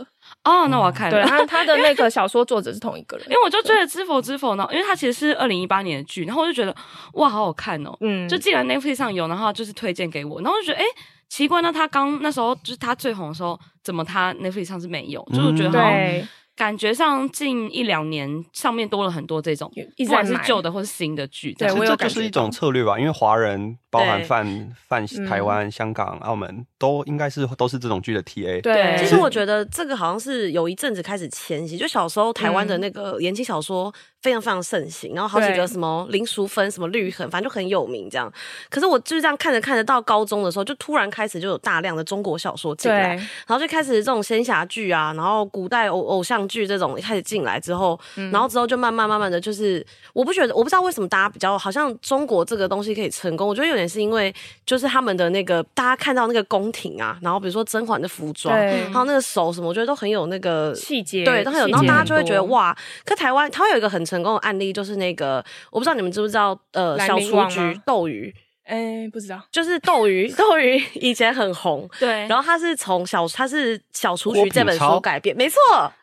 A: 哦，那我要看
B: 对，
A: 了。
B: 他他的那个小说作者是同一个人
A: 哎因。为我就追了《知否知否》呢，因为它其实是二零一八年的剧，然后我就觉得哇，好好看哦，
B: 嗯，
A: 就既然 Netflix 上有，然后他就是推荐给我，然后我就觉得哎、诶奇怪，那他刚那时候就是他最红的时候，怎么他 Netflix 上是没有？就是我觉得好
C: 嗯
A: 像
B: 对，
A: 感觉上近一两年上面多了很多这种，
B: 有一
A: 不
B: 直在
A: 管
B: 买
A: 是旧的或是新的剧，这
B: 对
A: 样
C: 其
B: 我
C: 实
B: 有
C: 这
B: 感
C: 就
B: 觉
C: 是一
B: 到
C: 种策略吧，因为华人包含
D: 对
C: 泛泛
B: 嗯
C: 台湾、香港、澳门都应该是都是这种剧的 TA。
B: 对，
D: 其实我觉得这个好像是有一阵子开始迁徙，就小时候台湾的那个言情小说非常非常盛行，然后好几个
B: 对
D: 什么林淑芬、什么绿痕，反正就很有名这样。可是我就是这样看着看着，到高中的时候，就突然开始就有大量的中国小说进来，
B: 对，
D: 然后就开始这种仙侠剧啊，然后古代偶偶像剧这种开始进来之后，
B: 嗯
D: 然后之后就慢慢慢慢的就是，我不觉得我不知道为什么大家比较好像中国这个东西可以成功，我觉得有点是因为就是他们的那个大家看到那个宫廷啊，然后比如说甄嬛的服装，
B: 对
D: 还有那个手什么，我觉得都很有那个。
B: 细节
D: 对，都很有，然后
B: 细节
D: 大家就会
B: 很
D: 觉得
B: 多，
D: 哇，可台湾它会有一个很成功的案例，就是那个我不知道你们知不知道，呃，
B: 兰
D: 小
B: 陵
D: 雏
B: 王
D: 菊
B: 吗
D: 斗鱼，
B: 哎，不知道，
D: 就是斗鱼， 斗鱼以前很红，
A: 对，
D: 然后他是从小，他是《小雏
C: 郭
D: 菊》
C: 品
D: 这本
C: 超
D: 书改编，没错，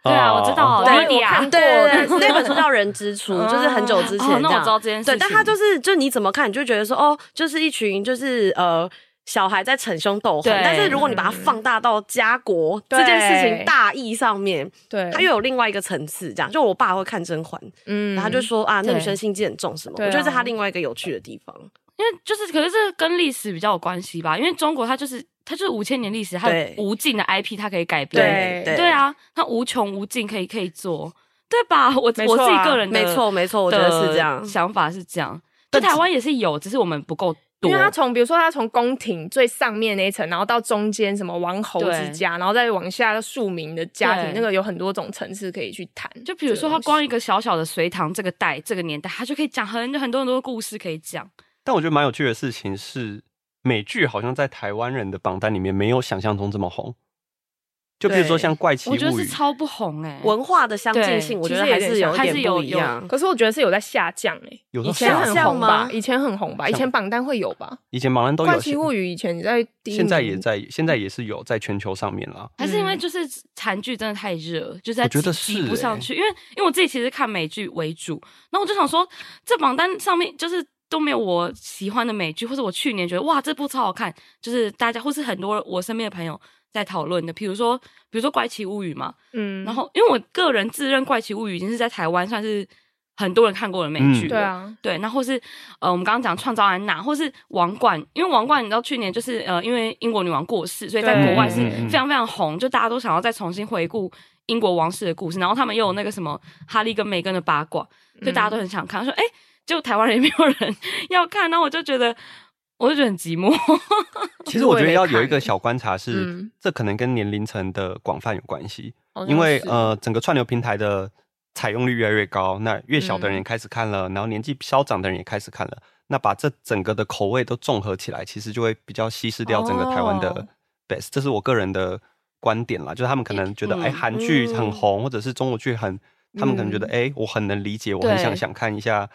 A: 对啊，
D: 哦
A: 我知道，
D: 对
A: 莉迪亚，
D: 对对对，那本书叫《人之初》，就是很久之前
A: 啊哦，
D: 这
A: 那我知道
D: 样。
A: 这件事
D: 对，
A: 情，
D: 但他就是，就你怎么看，你就觉得说，哦，就是一群就是呃小孩在逞凶斗狠
A: 对，
D: 但是如果你把它放大到家国这件事情
B: 对
D: 大义上面，
B: 对，
D: 它又有另外一个层次，这样。就我爸会看《甄嬛》，
B: 嗯
D: 然后他就说啊，那
A: 对
D: 女生心机很重什么，
B: 对啊
D: 我觉得这是他另外一个有趣的地方。
A: 因为就是，可是这跟历史比较有关系吧，因为中国它就是它就是五千年历史，它有
D: 对
A: 无尽的 IP，它可以改编，
B: 对
D: 对
A: 对，啊，它无穷无尽，可以可以做，对吧？我、
B: 没
A: 我自
B: 错
A: 己
B: 啊
A: 个人的
D: 没错没错，我觉得是这样
A: 的。想法是这样。就台湾也是有，只是我们不够多
B: 因为。他从比如说他从宫廷最上面那一层，然后到中间什么王侯之家，然后再往下到庶民的家庭
A: 对，
B: 那个有很多种层次可以去谈。
A: 就比如说，
B: 这
A: 他
B: 个东西
A: 光一个小小的隋唐这个代、这个年代，他就可以讲很很多很多故事可以讲。
C: 但我觉得蛮有趣的事情是，美剧好像在台湾人的榜单里面没有想象中这么红。就比如说
B: 对
C: 像《怪奇物
A: 我
C: 语
A: 觉得是》，超不红哎、
D: 文化的相近性，
A: 对
D: 我觉得
B: 嗯其实
D: 还
B: 有
D: 是
B: 点像
D: 有一
A: 还是
D: 点
A: 有
D: 不一
A: 有
D: 样。
B: 可是我觉得是有在下降诶、
C: 有
B: 以
C: 到
B: 前
C: 下
B: 很
D: 降
B: 红吧
D: 吗？
B: 以前很红吧？以前榜单会有吧？
C: 以前榜单都有，
B: 怪奇物语以前在第一名，
C: 现在也在，现在也是有在全球上面啦。
A: 还是因为就是韩剧真的太热，就是在
C: 我觉得
A: 挤
C: 是
A: 挤不
C: 欸
A: 上去。因为因为我自己其实看美剧为主，然后我就想说，这榜单上面就是都没有我喜欢的美剧，或者我去年觉得哇这部超好看，就是大家或是很多我身边的朋友在讨论的，比如说比如说《怪奇物语》嘛，
B: 嗯，
A: 然后因为我个人自认《怪奇物语》已经是在台湾算是很多人看过的美剧、
C: 嗯
B: 对，啊，
A: 对，那或是呃，我们刚刚讲《创造安娜》，或是《王冠》，因为《王冠》你知道去年就是呃，因为英国女王过世，所以在
B: 对
A: 国外是
C: 嗯嗯嗯
A: 非常非常红，就大家都想要再重新回顾英国王室的故事，然后他们又有那个什么哈利跟梅根的八卦，所以
C: 嗯
A: 大家都很想看，说哎，就台湾人也没有人 要看，那我就觉得我就觉得很寂寞，
C: 其实我觉得要
B: 我也没
C: 有
B: 看
C: 一个小观察是
B: 嗯，
C: 这可能跟年龄层的广泛有关系，
A: 哦
B: 好像
C: 因为
B: 是
C: 呃，整个串流平台的采用率越来越高，那越小的
A: 嗯
C: 人也开始看了，然后年纪稍长的人也开始看了，那把这整个的口味都综合起来，其实就会比较稀释掉整个台湾的
B: 哦
C: best，、这是我个人的观点啦，就是他们可能觉得
A: 嗯嗯
C: 哎，韩剧很
D: 嗯
C: 红，或者是中国剧很。他们可能觉得，哎、我很能理解，我很
A: 对
C: 想想看一下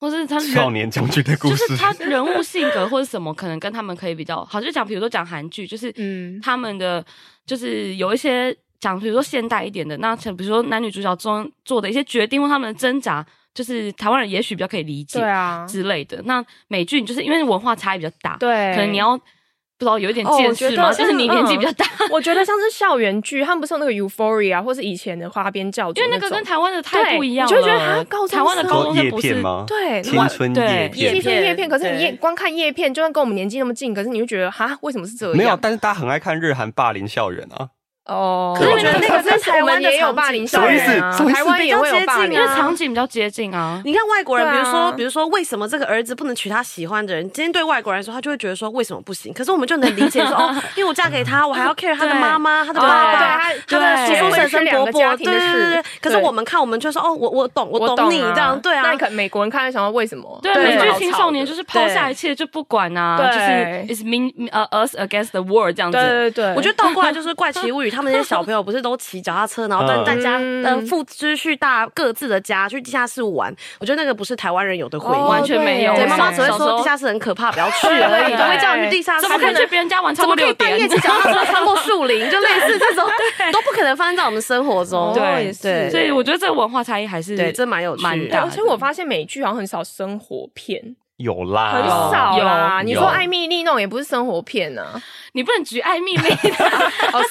A: 或是他人
C: 少年将军的故
A: 就
C: 事。
A: 是他人物性格或者什么，可能跟他们可以比较好。就讲，比如说讲韩剧，就是
B: 嗯
A: 他们的就是有一些讲，比如说现代一点的，那像比如说男女主角中做的一些决定或他们的挣扎，就是台湾人也许比较可以理解
B: 对啊，
A: 之类的。那美剧你就是因为文化差异比较大，，
B: 对，
A: 可能你要不知道有一点
B: 哦
A: 见
B: 我觉
A: 识
B: 得嗯
A: 嘛，就是你年纪比较大，
B: 我觉得像是校园剧，他们不是有那个 Euphoria，或是以前的花边教主
A: 因
B: 种，
A: 为那个跟台湾的太不一样了。
B: 对你就会觉得啊高中生
A: 台湾的高
C: 说
A: 中生
C: 哦叶
A: 不
C: 片
A: 是
C: 吗？
B: 对
C: 青春叶
A: 对
B: 青
C: 片。
B: 春叶片，
D: 片
B: 可是你叶
D: 对
B: 光看叶片，就算跟我们年纪那么近，可是你就觉得哈，为什么是这样？
C: 没有，但是大家很爱看日韩霸凌校园啊。
B: 哦，
C: 可是
B: 我觉得
D: 那
B: 那
D: 个
B: 个
D: 是台
B: 我
D: 湾
B: 们
D: 的
B: 也有
D: 场
B: 霸
D: 景
B: 凌
D: 什
B: 校
D: 么
C: 意
B: 园
C: 思
B: 啊，
C: 什么意
B: 台
C: 思
B: 湾
D: 比
B: 也
D: 较
B: 会有
D: 接
B: 霸
D: 近
B: 凌
A: 因为
D: 啊
A: 场景比较接近啊。
D: 你看外国人，
B: 对啊
D: 比如说，比如说，为什么这个儿子不能娶他喜欢的人？今天对外国人来说，他就会觉得说为什么不行？可是我们就能理解说，哦，因为我嫁 给他，我还要 care 他的
A: 对
D: 妈妈、他的
B: 哦
D: 爸
B: 对
D: 爸、
B: 他
D: 他的叔
A: 对
D: 叔、
B: 我也
D: 婶
B: 是
D: 婶、
B: 两
D: 伯
B: 个
D: 伯，
B: 家
D: 对
B: 庭的
D: 对对对
B: 事
D: 对。可是我们看，我们就说，哦，我我懂，
B: 我
D: 懂
B: 懂
D: 你这样，对
B: 那
D: 啊
B: 你。可美国人看了想要为什么？
A: 对，
D: 对
A: 美
D: 蛮
A: 剧
D: 好
A: 青少年就是抛下一切就不管啊，
B: 对
A: 就是 is mean 呃 us against the world 这样子。
B: 对对对，
D: 我觉得倒过来就是《怪奇物语》，他们那些小朋友不是都骑脚踏车，然后带
C: 嗯
D: 大家
B: 嗯
D: 呃父就是去大各自的家去地下室玩。我觉得那个不是台湾人有的回忆，
B: 哦
A: 完全没有
D: 对
B: 对
D: 妈妈只会
A: 小时
D: 说
A: 候
D: 地下室很可怕，不要去
B: 对
D: 而已，
A: 对
D: 都会叫你去地下室。
A: 怎么可以去别人家玩超
D: 怎
A: 过
D: 么可
A: 六
D: 以半
A: 点
D: 夜？骑脚踏车穿过树林？就类似 这种，都不可能发生在我们生活中。
A: 对
B: 哦也是，
D: 对
A: 所以我觉得这个文化差异还是
D: 对，这蛮有趣
A: 蛮
B: 对，
A: 大
D: 的。哎
A: 的
B: 而且我发现美剧好像很少生活片，
C: 有啦，
B: 很少啦。
A: 有
B: 你说
C: 啊有
B: 艾米丽那种也不是生活片啊。
A: 你不能举艾蜜莉的
B: 哦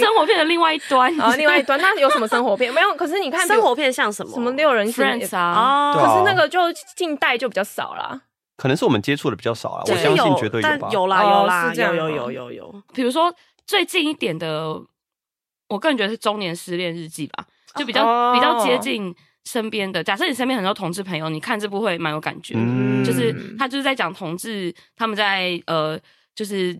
A: 生活片的另外一端
D: 哦
B: 然后另外一端，那有什么生活片？没有，可是你看比如
D: 生活片像什么？
B: 什么六人行
A: friends 啊，
D: 啊？
C: 对
B: 可
C: 啊
B: 是那个就近代就比较少啦。
C: 可能是我们接触的比较少啊。
D: 就
C: 我
D: 是
C: 相信
D: 有
C: 绝对
D: 但
C: 吧。
D: 有啦
B: 哦
D: 有啦
B: 是这样
D: 有
B: 吗
A: 啊
D: 有有有有，
A: 比如说最近一点的，我个人觉得是《中年失恋日记》吧，就比较
B: 哦
A: 比较接近身边的。假设你身边很多同志朋友，你看这部会蛮有感觉的。
C: 嗯
A: 就是他就是在讲同志他们在呃，就是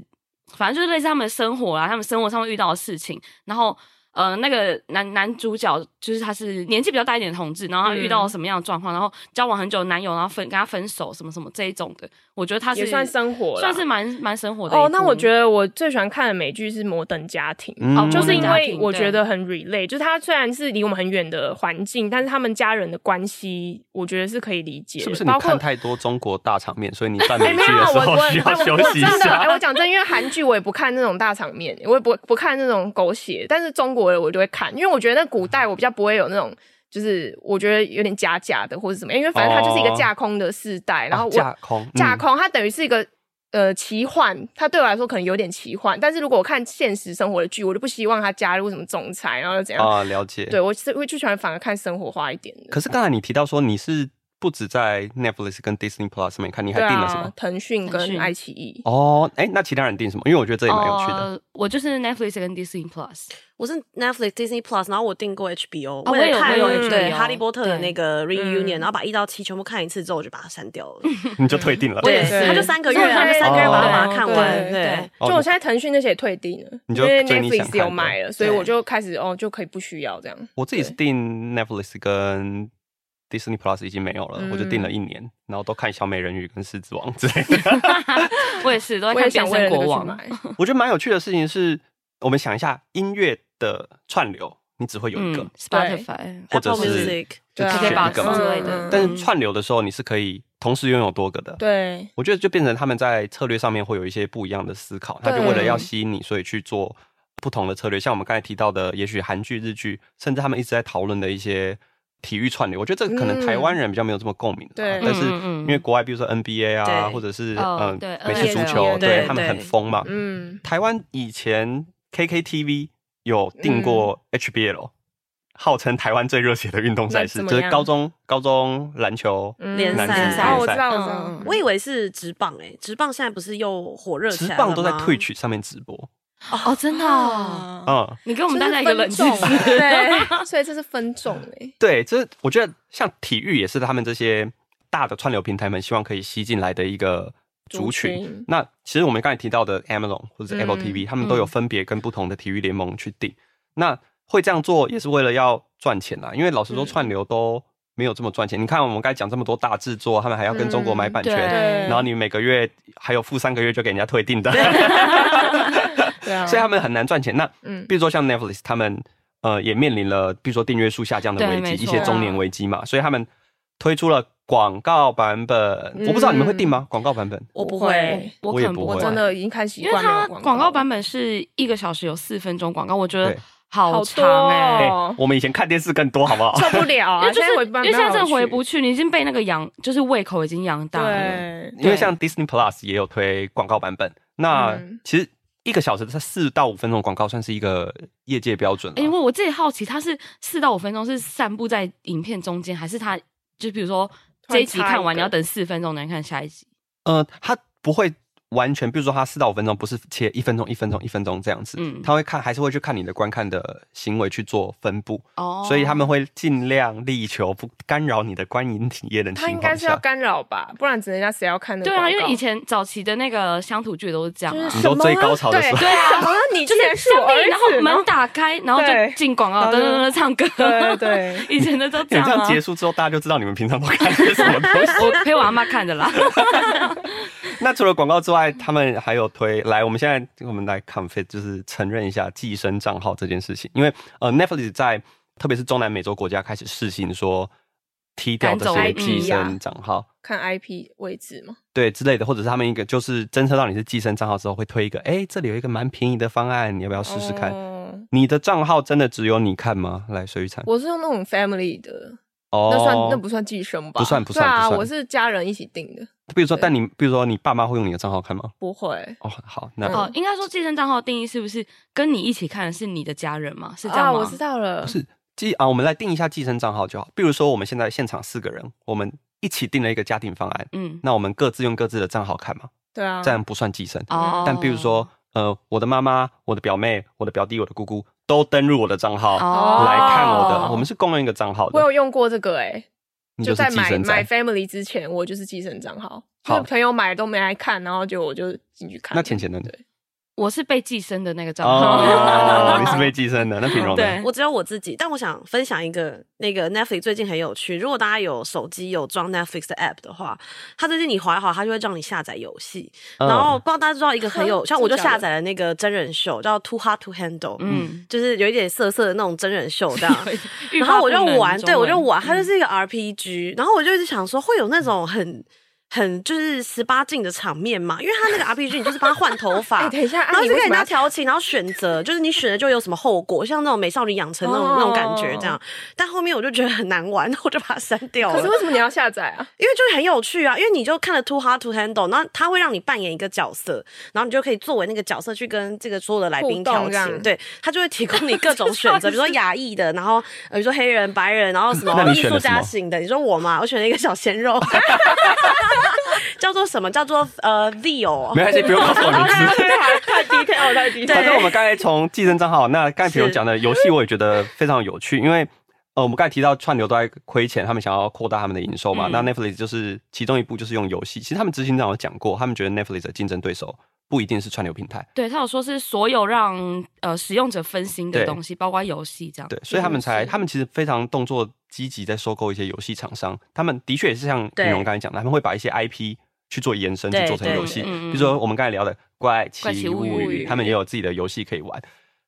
A: 反正就是类似他们的生活啊啦，他们生活上会遇到的事情。然后呃，那个男男主角就是他是年纪比较大一点的同志，然后他遇
B: 嗯
A: 到什么样的状况，然后交往很久的男友，然后分跟他分手什么什么这一种的，我觉得他是
B: 也算生活啦
A: 算是蛮蛮生活的一部。
B: 哦，那我觉得我最喜欢看的美剧是《摩登家庭》。
A: 哦
C: 嗯
B: 就是因
A: 家庭
B: 为我
A: 对
B: 觉得很 relate，就是他虽然是离我们很远的环境，但是他们家人的关系，我觉得是可以理解的。
C: 是不是你
B: 包括
C: 看太多中国大场面，所以你看
B: 哎、
C: 美
B: 没
C: 剧
B: 有
C: 的
B: 啊，
C: 时
B: 我
C: 候
B: 我
C: 需要
B: 我
C: 休
B: 我
C: 息一
B: 真的，哎、
C: 下？
B: 我讲真，因为韩剧我也不看那种大场面，我也不不看那种狗血，但是中国的我就会看，因为我觉得那古代我比较不会有那种。就是我觉得有点假假的或者什么，因为反正它就是一个
C: 哦
B: 架空的世代，然后
C: 啊
B: 我
C: 架空
B: 架
C: 嗯
B: 空，它等于是一个呃奇幻，它对我来说可能有点奇幻，但是如果我看现实生活的剧，我就不希望它加入什么仲裁，然后怎样，
C: 啊，了解。
B: 对我是会就喜欢反而看生活化一点的。
C: 可是刚才你提到说你是不止在 Netflix 跟 Disney Plus 上面看，你还
B: 对
C: 订了什么
B: 啊？，腾讯
A: 腾
B: 跟
A: 讯
B: 爱奇艺。
C: 哦，哎，那其他人订什么？因为我觉得这也蛮有趣的。
B: 哦
A: 呃我就是 Netflix 跟 Disney Plus，
D: 我是 Netflix、Disney Plus，然后我订过 HBO，、
A: 啊我也
D: 为
A: 有
D: 了看
B: 我也有
D: 对
A: HBO
D: 《哈利波特》的那个 reunion，、
B: 嗯
D: 然后把一到七全部看一次之后，我就把它删掉了。
C: 你就退订了
A: 我，也
D: 对
A: 是
D: 它就三个月
B: 对
D: 啊，它就三个月把它把它
A: 对
D: 看
B: 对
D: 完。
A: 哦对
D: 对，
C: 哦
B: 就我现在腾讯那些也退订了，因
C: 你就
B: 为
C: 追你想
B: Netflix
C: 看的
B: 有买了，所以
D: 对
B: 我就开始哦，就可以不需要这样。
C: 我自己是订 Netflix 跟 Disney Plus 已经没有了，
B: 嗯
C: 我就订了一年，然后都看小美人鱼跟狮子王之类的。
A: 我也是都在
B: 我也
A: 看
B: 想
A: 变
B: 为了
A: 身
B: 那个
A: 国
B: 去
A: 王。嗯
B: 买，
C: 我觉得蛮有趣的事情是，我们想一下音乐的串流，你只会有一个，
A: 嗯，Spotify
C: 或者
D: Apple
C: 是
D: Music
C: 就只
B: 对啊
C: 选一
A: KKBOX
C: 个
B: 嘛
A: 之
C: 嘛。
A: 类的
B: 嗯，
C: 但是串流的时候，你是可以同时拥有多个的。
B: 对，
C: 我觉得就变成他们在策略上面会有一些不一样的思考，他就
B: 对
C: 为了要吸引你，所以去做不同的策略。像我们刚才提到的，也许韩剧、日剧，甚至他们一直在讨论的一些体育串流，我觉得这个可能
B: 嗯
C: 台湾人比较没有这么共鸣、啊。
B: 对
C: 但是
A: 嗯嗯嗯
C: 因为国外，比如说 NBA 啊，
D: 对
C: 或者是
A: 哦
C: 嗯、
A: 对
C: 美式足
A: NBA
C: 球，
B: 对
C: 对
B: 对
C: 他们很疯嘛。
B: 嗯，
C: 台湾以前 KKTV 有订过 HBL，、号称台湾最热血的运动赛事，
B: 那怎么
C: 就
B: 样
C: 是高中高中篮球
B: 嗯
D: 联
C: 男
D: 赛
C: 子
D: 联
C: 联
D: 赛
B: 哦，我
C: 赛
B: 知。道，我知
A: 嗯
B: 道
A: 嗯，
D: 我以为是直棒诶、直棒现在不是又火热起
C: 直
D: 来了吗
C: 棒都在 Twitch 上面直播，
A: 哦，真的 哦，
B: 啊
C: 嗯，
A: 你给我
B: 我
A: 们大家一个冷静时 间。
B: 对，所以这是分众哎，
C: 对，这我觉得像体育也是他们这些大的串流平台们希望可以吸进来的一个族群。
B: 群
C: 那其实我们刚才提到的 Amazon 或者是 Apple
B: 嗯
C: TV，、他们都有分别跟不同的体育联盟去订。那会这样做也是为了要赚钱啦，因为老实说，
B: 嗯
C: 串流都没有这么赚钱。你看我们刚才讲这么多大制作，他们还要跟中国买版权，
A: 嗯对
C: 然后你每个月还有付三个月就给人家退订的，
B: 对啊，
C: 所以他们很难赚钱。那
B: 嗯
C: 比如说像 Netflix，他们呃也面临了，比如说订阅数下降的
A: 对
C: 危
A: 没
C: 机，一
A: 错
C: 些中年危机嘛，所以他们推出了广告版本。我不知道你们会订
A: 嗯
C: 吗？广告版本？
D: 我不
B: 我
D: 会
B: 会，
A: 我
C: 我
A: 可
C: 也
A: 能
C: 不
A: 不
C: 会
A: 会，
B: 真的已经看习
A: 因为
B: 惯了
A: 它
B: 有
A: 广告版本是一个小时有四分钟广告，我觉得
C: 对
A: 好
B: 好多
A: 长哎、
B: 哦
C: 我们以前看电视更多，好不 好？
B: 受不了
A: 因
B: 啊，
A: 为就是
B: 现在回
A: 因
B: 版
A: 为现在真的回
B: 没有
A: 不去，你已经被那个养，就是胃口已经养大了。
B: 对，
C: 因为像 Disney Plus 也有推广告版本，那
B: 嗯
C: 其实一个小时才四到五分钟的广告算是一个业界标准了。
A: 哎、因为我自己好奇，它是四到五分钟是散布在影片中间，还是它就比如说
B: 突
A: 这
B: 然
A: 一集
B: 插一
A: 看完，
B: 个
A: 你要等四分钟才能看下一集？
C: 呃，它不会完全，比如说它四到五分钟，不是切一分钟、一分钟、一分钟这样子，
A: 嗯
C: 他会看，还是会去看你的观看的行为去做分布，
A: 哦，
C: 所以他们会尽量力求不干扰你的观影体验的情
B: 他应
C: 况
B: 该是要
C: 下。
B: 干扰吧，不然人家谁要看那个
A: 对啊，因为
B: 广告
A: 以前早期的那个乡土剧都是这样啊，
B: 就是
C: 你说最高潮的时候
B: 对
A: 对啊
B: 什么？你
A: 就
B: 竟然
A: 是
B: 是
A: 香
B: 我
A: 槟，
B: 儿
A: 然后
B: 子？
A: 门打开，然后
B: 对
A: 就进广告，
B: 然后
A: 噔
B: 就
A: 噔噔噔唱歌，
B: 对对
A: 以前的都这
C: 你
A: 样
C: 哎这
A: 啊
C: 样。结束之后，大家就知道你们平常都看些什么东西。
A: 我陪我阿妈看的啦，
C: 那除了广告之外，他们还有推来，我们现在我们来 confess，就是承认一下寄生账号这件事情，因为呃，Netflix 在特别是中南美洲国家开始试行说踢掉这些
A: 赶走
C: 寄
B: IP 啊
C: 生账号。
B: 看 IP 位置嘛，
C: 对之类的，或者是他们一个就是侦测到你是寄生账号之后，会推一个，哎，这里有一个蛮便宜的方案，你要不要试试看？
B: 哦
C: 你的账号真的只有你看吗？来，水玉产，
B: 我是用那种 family 的，
C: 哦
B: 那算那不算寄生吧？
C: 不算不算
B: 对啊，
C: 不算
B: 我是家人一起订的，
C: 比如说，
B: 对
C: 但你比如说你爸妈会用你的账号看吗？
B: 不会。
C: 哦，好，那、
B: 嗯
A: 哦，应该说寄生账号的定义是不是跟你一起看的是你的家人吗？是这样
B: 啊，
A: 吗？
B: 我知道了，
C: 是寄啊，我们来定一下寄生账号就好。比如说我们现在现场四个人，我们一起定了一个家庭方案，
A: 嗯，
C: 那我们各自用各自的账号看嘛，
B: 对啊，
C: 这样不算寄生。
A: 哦，
C: 但比如说，呃，我的妈妈、我的表妹、我的表弟、我的姑姑都登入我的账号、
A: 哦
C: 来看我的，我们是共用一个账号
B: 我
C: 的。
B: 有用过这个哎，
C: 你
B: 就
C: 就是
B: 在
C: 寄
B: 买
C: 生仔
B: 买。family 之前，我就是寄生账号，就
C: 好
B: 是朋友买都没来看，然后就我就进去看。
C: 那浅浅呢
B: 对，
A: 我是被寄生的那个账
C: 哦，
A: 号
C: 你，是被寄生的，那品荣呢
A: 对？
D: 我只有我自己，但我想分享一个那个 Netflix 最近很有趣。如果大家有手机有装 Netflix 的 app 的话，它最近你划一划，它就会让你下载游戏。
C: 嗯
D: 然后不知道大家知道一个很有，
B: 哼
D: 像我就
B: 真的假的
D: 下载了那个真人秀叫 Too Hard to Handle，
A: 嗯，
D: 就是有一点色色的那种真人秀这样。
A: 欲
D: 然
A: 罢
D: 后
A: 不
D: 我就
A: 能
D: 玩，对
A: 中文
D: 我就玩，它
A: 嗯
D: 就是一个 RPG，、然后我就一直想说会有那种很。很就是十八禁的场面嘛，因为他那个 RPG 你就是帮他换头
B: 哎、
D: 发。
B: 等一 下，
D: 然
B: 啊、
D: 后
B: 你
D: 就
B: 为
D: 跟
B: 什
D: 人
B: 么
D: 家
B: 要
D: 调情，然后选择，就是你选了就有什么后果，像那种美少女养成那种、
C: 哦
D: 那种感觉这样。但后面我就觉得很难玩， 我就把它删掉了。
B: 可是为什么你要下载啊？
D: 因为就是很有趣啊，因为你就看了《Too Hard to Handle》，然后他会让你扮演一个角色，然后你就可以作为那个角色去跟这个所有的来宾
B: 互动
D: 调
B: 这样
D: 情，对他就会提供你各种选 择，比如说亚裔的，然后呃比如说黑人、白人，然后什
C: 那
D: 么
C: 你
D: 艺
C: 选
D: 术
C: 了什么
D: 家型的。你说我嘛，我选了一个小鲜 肉，叫做什么？叫做呃 Leo，
C: 没关系，不用告诉 我名字。
B: 太 detail 了太 detail
C: 反
B: 了。
C: 正我们刚才从寄生账号，那刚才皮蓉讲的游戏，我也觉得非常有趣，因为呃，我们刚才提到串流都在亏钱，他们想要扩大他们的营收嘛。
A: 嗯
C: 那 Netflix 就是其中一步，就是用游戏。其实他们执行长有讲过，他们觉得 Netflix 的竞争对手不一定是串流平台，
A: 对他有说是所有让呃使用者分心的
C: 对
A: 东西，包括游戏这样。
C: 对，所以他们才，
B: 是
C: 他们其实非常动作积极，在收购一些游戏厂商。他们的确也是像
D: 对
C: 李荣刚才讲的，他们会把一些 IP 去做延伸，
D: 对
C: 去做成
D: 对
C: 游戏。
A: 嗯嗯嗯
C: 比如说我们刚才聊的《怪
A: 怪奇
C: 奇
A: 物
C: 物
A: 语
C: 语》，他们也有自己的游戏可以玩。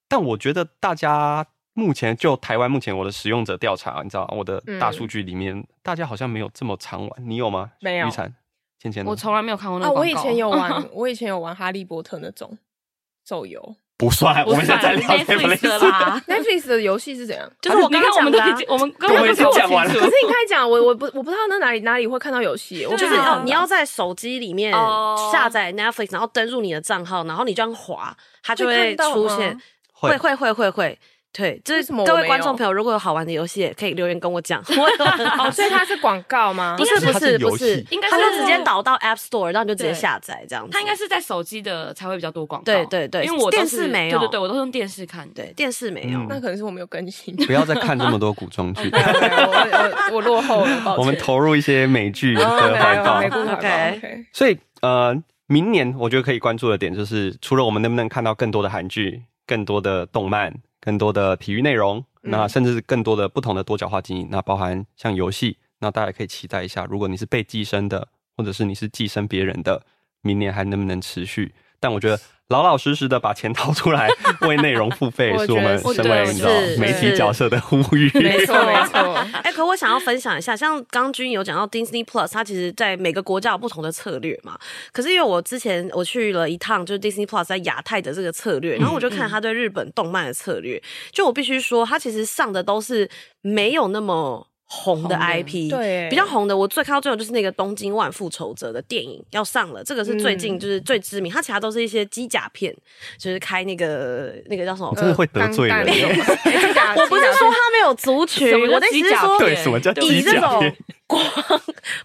C: 但我觉得大家目前就台湾目前我的使用者调查，你知道我的大数据里面，大家好像没有这么常玩。你有吗？
B: 没有
C: 雨产芊芊呢，
A: 我从来没有看过那
B: 啊，
A: 个广告。
B: 我以前有玩，我以前有玩哈利波特那种手游。
E: 不算，
A: 不
E: 我们
A: 算，
E: 现在在聊
A: Netflix 的
E: Netflix。
A: 啦。
B: Netflix 的游戏是怎样？
D: 就是我
A: 你
D: 刚
A: 看
D: 刚
A: 我
D: 讲
A: 们
D: 的
A: 都
D: 啊、
A: 已 经，我们根本
E: 我
A: 就
E: 已经
A: 搞不
E: 讲完了
A: 清
B: 可
A: 楚
B: 是你刚才讲，我我不我不知道那哪里哪里会看到游戏，我
D: 就
A: 对啊
D: 是
B: 哦
D: 哦，你要在手机里面
A: 哦
D: 下载 Netflix，然后登入你的账号，然后你这样滑，它就
B: 会
D: 会
B: 看到
D: 出
B: 吗
D: 现。
C: 会
D: 会会会会会，对，就
B: 为
D: 是
B: 什么我
D: 各位
B: 没
D: 观众
B: 有
D: 朋友，如果有好玩的游戏，也可以留言跟我讲。 我有很好
B: 哦， 所以它是广告 吗？
D: 不是
C: 它
D: 不
C: 是
D: 是
C: 游
D: 不是
C: 戏，
A: 应该
D: 它
A: 是
D: 就直接导到 App Store，然后你就直接
A: 对
D: 下载这样子。
A: 它应该是在手机的才会比较多广告。
D: 对对对
A: 因为我都是
D: 电视没有
A: 对对对，我都是用电视看的。
D: 对电视没有，
B: 那
C: 嗯
B: 可能是我没有更新，，
C: 不要再看这么多古装剧
B: 我我我落后了，抱歉。
C: 我们投入一些美剧的
B: 哦没
C: 怀
B: 有
C: 抱
B: 回。顾怀抱
D: OK
B: ，OK。
C: 所以呃，明年我觉得可以关注的点就是，除了我们能不能看到更多的韩剧、更多的动漫、更多的体育内容，
B: 嗯
C: 那甚至是更多的不同的多角化经营，那包含像游戏，那大家也可以期待一下，如果你是被寄生的，或者是你是寄生别人的，明年还能不能持续？但我觉得老老实实的把钱掏出来为内容付费，
B: 我
C: 是我们
B: 觉得
C: 身为
A: 是
C: 你知道
D: 是
C: 媒体
D: 是
C: 角色的呼吁。
B: 没错没错，
D: 哎、可我想要分享一下，像刚君有讲到 Disney Plus，它其实在每个国家有不同的策略嘛。可是因为我之前我去了一趟，就是 Disney Plus 在亚太的这个策略，然后我
A: 嗯
D: 就看他对日本动漫的策略，就我必须说，它其实上的都是没有那么。红
A: 红
D: 的
A: 的
D: IP，
B: 对
D: 比较红的，我最看到最后就是那个《东京万复仇者》的电影要上了，这个是最
A: 嗯
D: 近就是最知名，它其他都是一些机甲片，就是开那个那个叫什 么
C: 我？真的会得罪人
B: 钢弹那种机甲
D: 我不是
B: 机甲
D: 说它没有族群
A: 什么，叫
D: 我的意思是
A: 机甲
D: 说
A: 片
C: 对，什么叫
A: 对
D: 以
C: 机甲
D: 这种
C: 片？
D: 广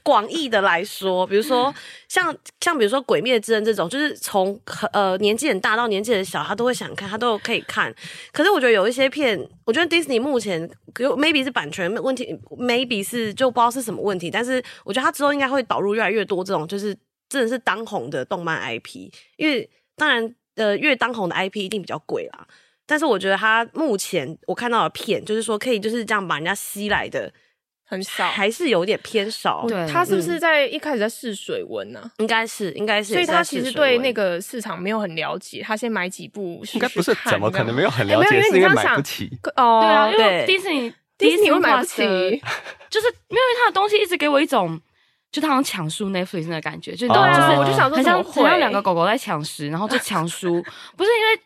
D: 广义的来说，比如
C: 嗯
D: 说像像比如说《鬼灭之刃》这种，就是从呃年纪很大到年纪很小，他都会想看，他都可以看。可是我觉得有一些片，我觉得 Disney 目前有 maybe 是版权问题，maybe 是就不知道是什么问题，但是我觉得他之后应该会导入越来越多这种就是真的是当红的动漫 IP，因为当然呃越当红的 IP 一定比较贵啦。但是我觉得他目前我看到的片，就是说可以就是这样把人家吸来的，
B: 很少，嗯
D: 还是有点偏少。
A: 对
B: 他是不是在一开始在试水温呢？
D: 应该是，应该是，
B: 所以他其实对那
D: 个，
B: 个市场没有很了解，他先买几部试试
C: 应
B: 看
C: 该不是怎么可能没有很了
B: 哎没
C: 解，
B: 有因
C: 是
B: 为你
C: 因为
B: 这样
C: 买
B: 想
C: 不起。
B: 可哦，
A: 对啊，因为
D: 对
A: 迪士尼
B: 迪士尼会买
A: Plus
B: 不
A: 的
B: 起，
A: 就是因为他的东西一直给我一种，就他好像抢书 Netflix 那个感觉，就你懂
C: 对
A: 吗
C: 啊
A: 就是
C: 我就
B: 想说
A: 很
B: 怎
A: 像
B: 么会
A: 很像两个狗狗在抢食，然后就抢书，不是因为。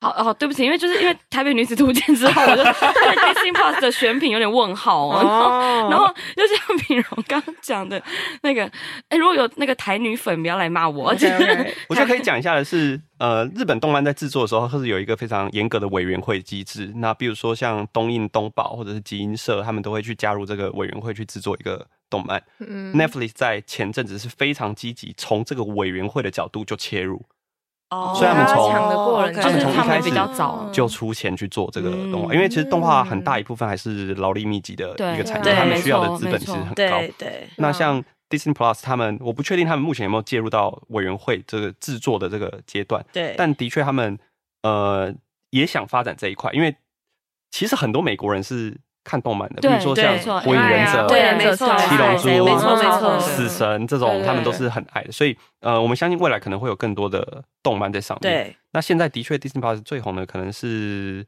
A: 好哦，对不起，因为就是因为《台北女子图鉴》之后，我就 对 Disney Plus 的选品有点问号哦。
B: 哦
A: 然后就像品荣刚刚讲的那个，哎，如果有那个台女粉，不要来骂我。 就是
B: OK，OK
C: 我觉得 可以讲一下的是，呃，日本动漫在制作的时候，它是有一个非常严格的委员会机制。那比如说像东映、东宝或者是集英社，他们都会去加入这个委员会去制作一个动漫。
B: 嗯
C: Netflix 在前阵子是非常积极，从这个委员会的角度就切入，
D: 哦
C: 虽然我们从哦
B: 抢得过人家，
A: 就是
C: 从一
A: 他们
C: 开
A: 比
C: 始
A: 较早，
C: 就出钱去做这个动画。
A: 嗯
C: 因为其实动画很大一部分还是劳力密集的一个产
D: 对
C: 业，
D: 对
C: 他们需要
A: 没错嗯
C: 的资本是很高。
D: 对对，
C: 那像 Disney Plus 他们，我不确定他们目前有没有介入到委员会这个制作的这个阶段。
D: 对，
C: 但的确他们呃也想发展这一块，因为其实很多美国人是看动漫的，比
A: 对
C: 如说像
D: 对没
A: 错啊
C: 《火影忍者》
D: 对啊
A: 对
D: 没错
C: 七龙珠
D: 对没错没
A: 对
D: 错，
C: 死神这
B: 对
C: 种
B: 对
C: 他们都是很爱的，所以呃，我们相信未来可能会有更多的动漫在上面。
D: 对
C: 那现在的确，Disney Plus 最红的可能是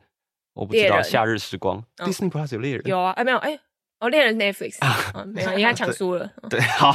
C: 我不
B: 猎
C: 知道《
B: 人
C: 夏日时光》
B: 嗯
C: Disney Plus 有猎人，
B: 有啊，哎没有哎，哦，恋人 Netflix 啊，没有，应该抢输了。嗯
C: 对，好，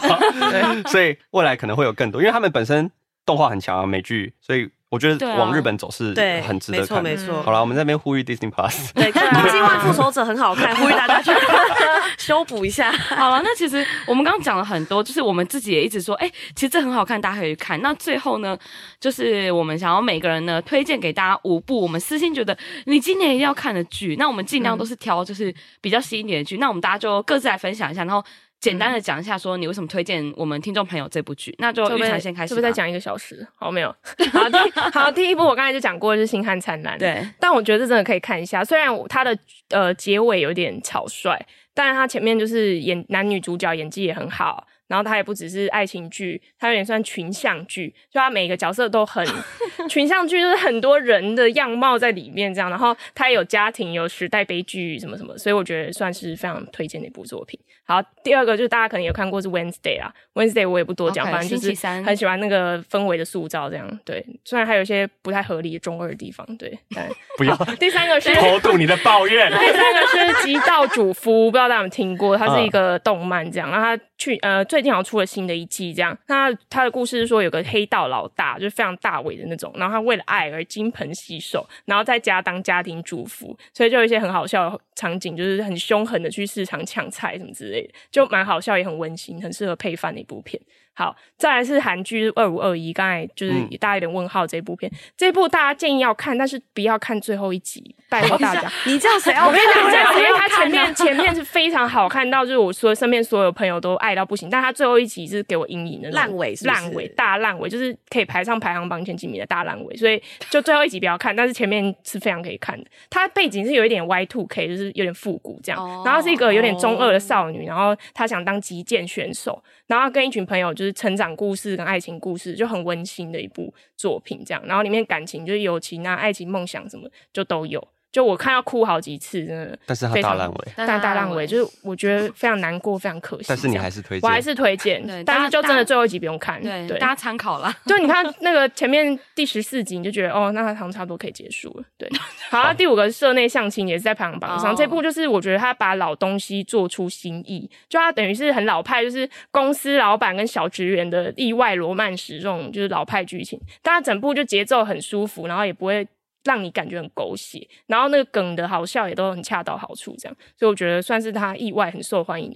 C: 所以未来可能会有更多，因为他们本身动画很强啊，美剧，所以我觉得
A: 对啊
C: 往日本走是
D: 对，
C: 很值
D: 没
C: 得
D: 错
C: 看
D: 没
C: 的。
D: 错。
C: 好了，我们在那边呼吁 Disney Plus，
D: 对，但《金万复仇者》很好看，呼吁大家去 修补一下。
A: 好了，那其实我们刚刚讲了很多，就是我们自己也一直说，哎、其实这很好看，大家可以去看。那最后呢，就是我们想要每个人呢推荐给大家五部我们私心觉得你今年一定要看的剧。那我们尽
D: 嗯
A: 量都是挑就是比较新一点的剧。那我们大家就各自来分享一下，然后简
D: 嗯
A: 单的讲一下说你为什么推荐我们听众朋友这部剧。那就
B: 会
A: 玉
B: 不会
A: 婵先开始，
B: 是不是再？讲一个小时？好，没有。好，第好第一部我刚才就讲过，就是《星汉灿 烂》。，
A: 对，
B: 但我觉得这真的可以看一下，虽然我它的呃结尾有点草率，但是它前面就是演男女主角演技也很好，然后它也不只是爱情剧，它有点算群像剧，就它每个角色都很 群像剧，就是很多人的样貌在里面这样，然后它也有家庭，有时代悲剧什么什么，所以我觉得算是非常推荐的一部作品。好，第二个就是大家可能有看过是 Wednesday 啦，Wednesday 我也不多讲
A: OK，
B: 反正就
A: 星期
B: 是
A: 三
B: 很喜欢那个氛围的塑造这样。对，虽然还有一些不太合理的中二的地方，对，但
E: 不要
B: 好第三个 是
E: 偷渡你的抱怨。
B: 第三个是《极道主夫》，不知道大家有没有听过，它是一个动漫这样。然后它去呃最近好像出了新的一季这样。那它的故事是说有个黑道老大，就是非常大尾的那种，然后他为了爱而金盆洗手，然后在家当家庭主妇，所以就有一些很好笑的场景，就是很凶狠的去市场抢菜什么之类的，就蛮好笑也很温馨，很适合配饭的一部片。好，再来是韩剧二五二一，刚才就是
C: 嗯
B: 大家有点问号这部片，这部大家建议要看，但是不要看最后一集，拜托大家。
D: 你这样谁要
B: 我跟你讲，这因为它前
D: 看啊
B: 面
D: 呢？
B: 前面是非常好看到，就是我说身边所有朋友都爱到不行，但它最后一集是给我阴影的那种
D: 烂尾是不是
B: 烂尾大烂尾，就是可以排上排行榜前几名的大烂尾，所以就最后一集不要看，但是前面是非常可以看的。它背景是有一点 Y two K，就是有点复古这样，
A: 哦
B: 然后是一个有点中二的少女，然后她想当击剑选手，然后跟一群朋友就是成长故事跟爱情故事，就很温馨的一部作品这样。然后里面感情就是友情啊、爱情、梦想什么就都有。就我看到哭好几次，真的。
C: 但是它
B: 非常
C: 大烂尾，
B: 大大烂尾，就是我觉得非常难过，非常可惜。
C: 但是你
B: 这样
C: 还是推
B: 我
C: 荐，
B: 还是推
A: 对
B: 荐，但是就真
A: 大家
B: 的最后一集不用看。
A: 对，
B: 对
A: 大，家参考 啦。
B: 就你看那个前面第十四集，你就觉得哦，那它好像差不多可以结束了。 对，好，那第五个是社内相亲也是在排行榜上，
A: 哦
B: 这部就是我觉得他把老东西做出新意，就他等于是很老派，就是公司老板跟小职员的意外罗曼史这种就是老派剧情，但它整部就节奏很舒服，然后也不会。让你感觉很狗血，然后那个梗的好笑也都很恰到好处，这样，所以我觉得算是他意外很受欢迎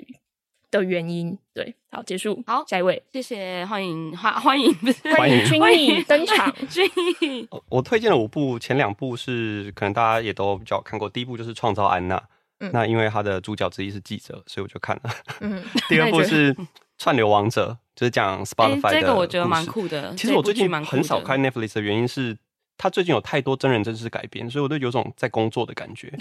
B: 的原因。对，好，结束，
A: 好
B: 下一位，
A: 谢谢，欢迎欢欢迎不是
C: 欢迎
B: 君毅登场。
A: 俊逸，
C: 我我推荐了五部，前两部是可能大家也都比较有看过，第一部就是《创造安娜》，
B: 嗯
C: 那因为它的主角之一是记者，所以我就看了。
B: 嗯，
C: 第二部
B: 那你觉得
C: 是《串流王者》，就是讲 Spotify 的、
A: 哎这个我觉得蛮。酷的。
C: 其实我
A: 这部
C: 最
A: 剧
C: 近
A: 蛮酷
C: 很少
A: 的
C: 看 Netflix 的原因是，它最近有太多真人真事改编，所以我都有种在工作的感觉。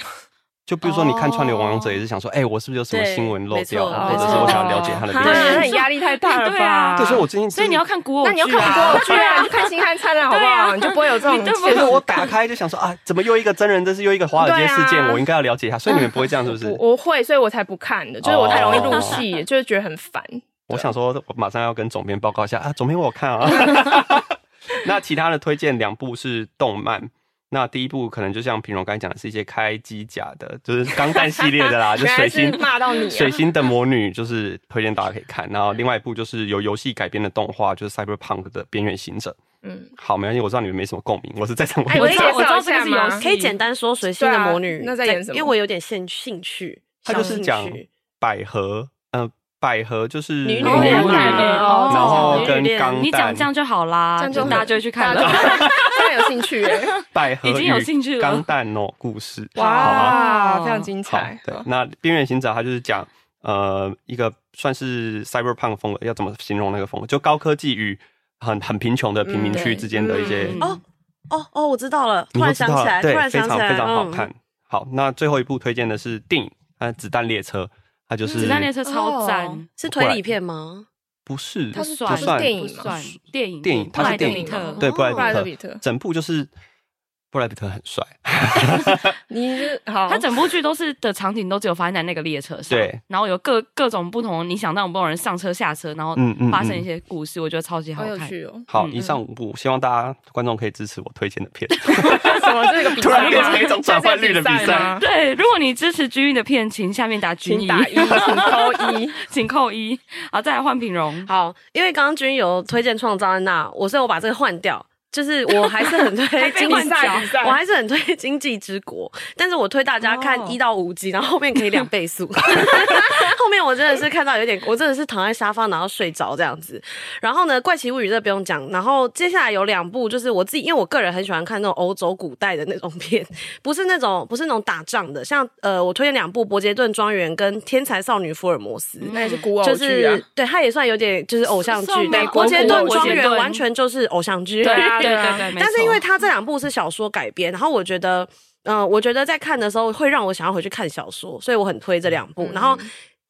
C: 就比如说，你看《串流王者》也是想说，哎、我是不是有什么
D: 对
C: 新闻漏
D: 没
C: 掉，
D: 错
C: 或者是我想要了解它的
B: 哈
C: 背
D: 对
C: 景？
B: 哦啊那你压力太大了吧？
A: 对啊
C: 对，所以我最近
A: 所以你要看古偶剧啊，
B: 那你要看过去啊，你看《星汉灿烂》好不
A: 对
B: 好？
A: 啊
B: 你就不会有这种
A: 你对不
B: 切
A: 对
C: 因为
B: 身
C: 我打开就想说啊，怎么又一个真人，这是又一个华尔街事件，
B: 对啊
C: 我应该要了解一下。所以你们不会这样是不 是？
B: 我我会，所以我才不看的，就是我太容易入戏，就是觉得很烦。
C: 我想说，我马上要跟总编报告一下啊，总编我有看 啊。 那其他的推荐两部是动漫，那第一部可能就像平荣刚才讲的，是一些开机甲的，就是钢弹系列 的啦，就
B: 原来
C: 水
B: 是
C: 星
B: 骂到你啊
C: 水星的魔女，就是推荐大家可以看。然后另外一部就是由游戏改编的动画，就是 Cyberpunk 的边缘行者。
B: 嗯，
C: 好，没关系，我知道你们没什么共鸣，我是 在场。
B: 哎
A: 我
B: 你
A: 知
B: 介
A: 道我知
B: 绍
A: 道
B: 一
A: 这个
B: 下
A: 是游
B: 吗
A: 戏？
D: 可以简单说《水星的魔女
B: 对》啊那在演什么
D: 因为我有点兴兴趣，
C: 他就是
D: 小
C: 讲
D: 兴趣
C: 百合，呃，百合就是
A: 女
B: 女
A: 恋
C: 女
A: 百合哦
C: 然后跟
D: 女恋
C: 钢
A: 你讲
C: 弹
A: 这样就好啦，
B: 这样就
A: 大家就会去看
B: 啊大
A: 了。
B: 家就 大家有兴趣耶？
C: 百合
A: 已经有
C: 与
A: 兴趣了
C: 钢弹哦故事，好吗？
B: 哇，
A: 好啊哦
B: 非常精
C: 好
B: 彩，。
C: 对，那《边缘行者》它就是讲呃一个算是 cyberpunk 风格，要怎么形容那个风格？就高科技与很很贫穷的平民
D: 嗯
C: 区
D: 对
C: 之间的一些，
A: 嗯
D: 哦哦哦，我知道了，
C: 你
D: 突
C: 都
D: 然
C: 知
D: 想
C: 道
D: 起
C: 了
D: 来，
C: 对
D: 突，然
C: 非
D: 想
C: 常
D: 起来，
C: 非常好
D: 嗯
C: 看。好，那最后一部推荐的是电影，它《子弹列车》，它就是
A: 嗯子弹列车超
B: 哦
A: 赞，
D: 是推理片吗？
C: 不是
B: 它是
A: 不
C: 不
B: 它是
C: 算
B: 电影
A: 不
B: 吗
A: 算电影
C: 电影，
A: 布
C: 它
A: 莱
C: 是
A: 德
C: 电
A: 比
C: 影啊
A: 特
C: 对，布莱
B: 布莱德
C: 德
B: 比
C: 比
B: 特
C: 特，整部就是布莱比特很帅，
B: 你是好，
A: 他整部剧都是的场景都只有发生在那个列车上，
C: 对，
A: 然后有各各种不同你想到不同人上车下车，然后
C: 嗯嗯
A: 发生一
C: 嗯。
A: 些故事，我觉得超级好
B: 好有
A: 看。
B: 趣哦
C: 好，
A: 嗯
C: 以上五部，希望大家观众可以支持我推荐 的片。
B: 什么这个比赛吗
E: 突然变成一种转换率的比赛
B: 这 是吗？
A: 对，如果你支持军医的片，请下面打军
B: 请
A: 医，
B: 打 一，请扣一。
A: 请扣一。好，再来换品荣。
D: 好，因为刚刚君有推荐创造安娜，我所以我把这个换掉。就是我还是很推
B: 可以
D: 经
B: 换
D: 济
B: 角比赛
D: 我还是很推《经济之国》，但是我推大家
A: 哦
D: 看一到五集，然后后面可以两倍速。后面我真的是看到有点，我真的是躺在沙发然后睡着这样子。然后呢，《怪奇物语》这不用讲，然后接下来有两部，就是我自己，因为我个人很喜欢看那种欧洲古代的那种片，不是那种不是那种打仗的，像呃，我推荐两部《伯杰顿庄园》跟《天才少女福尔摩斯》
B: 那也是古偶
D: 就
B: 剧啊
D: 是，对，它也算有点就是偶像
A: 算
D: 剧，
A: 吗
D: 对，《伯杰
B: 国
D: 顿
B: 古偶
D: 庄
B: 剧
D: 园
A: 对》
D: 完全就是偶像剧，
A: 对
B: 啊
A: 对
B: 对啊
A: 对对，没
D: 但是因为
A: 错
D: 它这两部是小说改编，然后我觉得，嗯、我觉得在看的时候会让我想要回去看小说，所以我很推这两部。
A: 嗯
D: 然后。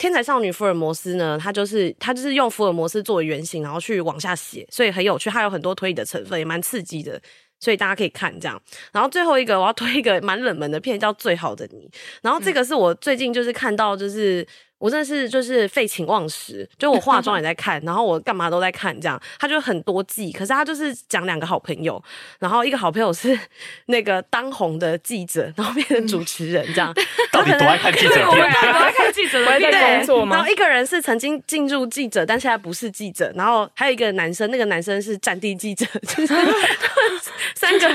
D: 天才少女福尔摩斯呢，它就是它就是用福尔摩斯作为原型，然后去往下写，所以很有趣，它有很多推理的成分，也蛮刺激的，所以大家可以看这样。然后最后一个我要推一个蛮冷门的片，叫《最好的你》，然
A: 嗯
D: 后这个是我最近就是看到，就是、我真的是就是废寝忘食，就我化妆也在看，然后我干嘛都在看，这样它就很多季，可是它就是讲两个好朋友，然后一个好朋友是 那个当红的记者，然后变成主持人这样，
E: 到底多爱看记者
A: 对啊我们
E: 片？
A: 大家都在看记者的
B: 我
A: 片
B: 也在工作吗
D: 然后一个人是曾经进入记者，但现在不是记者。然后还有一个男生，那个男生是战地记者，就是三个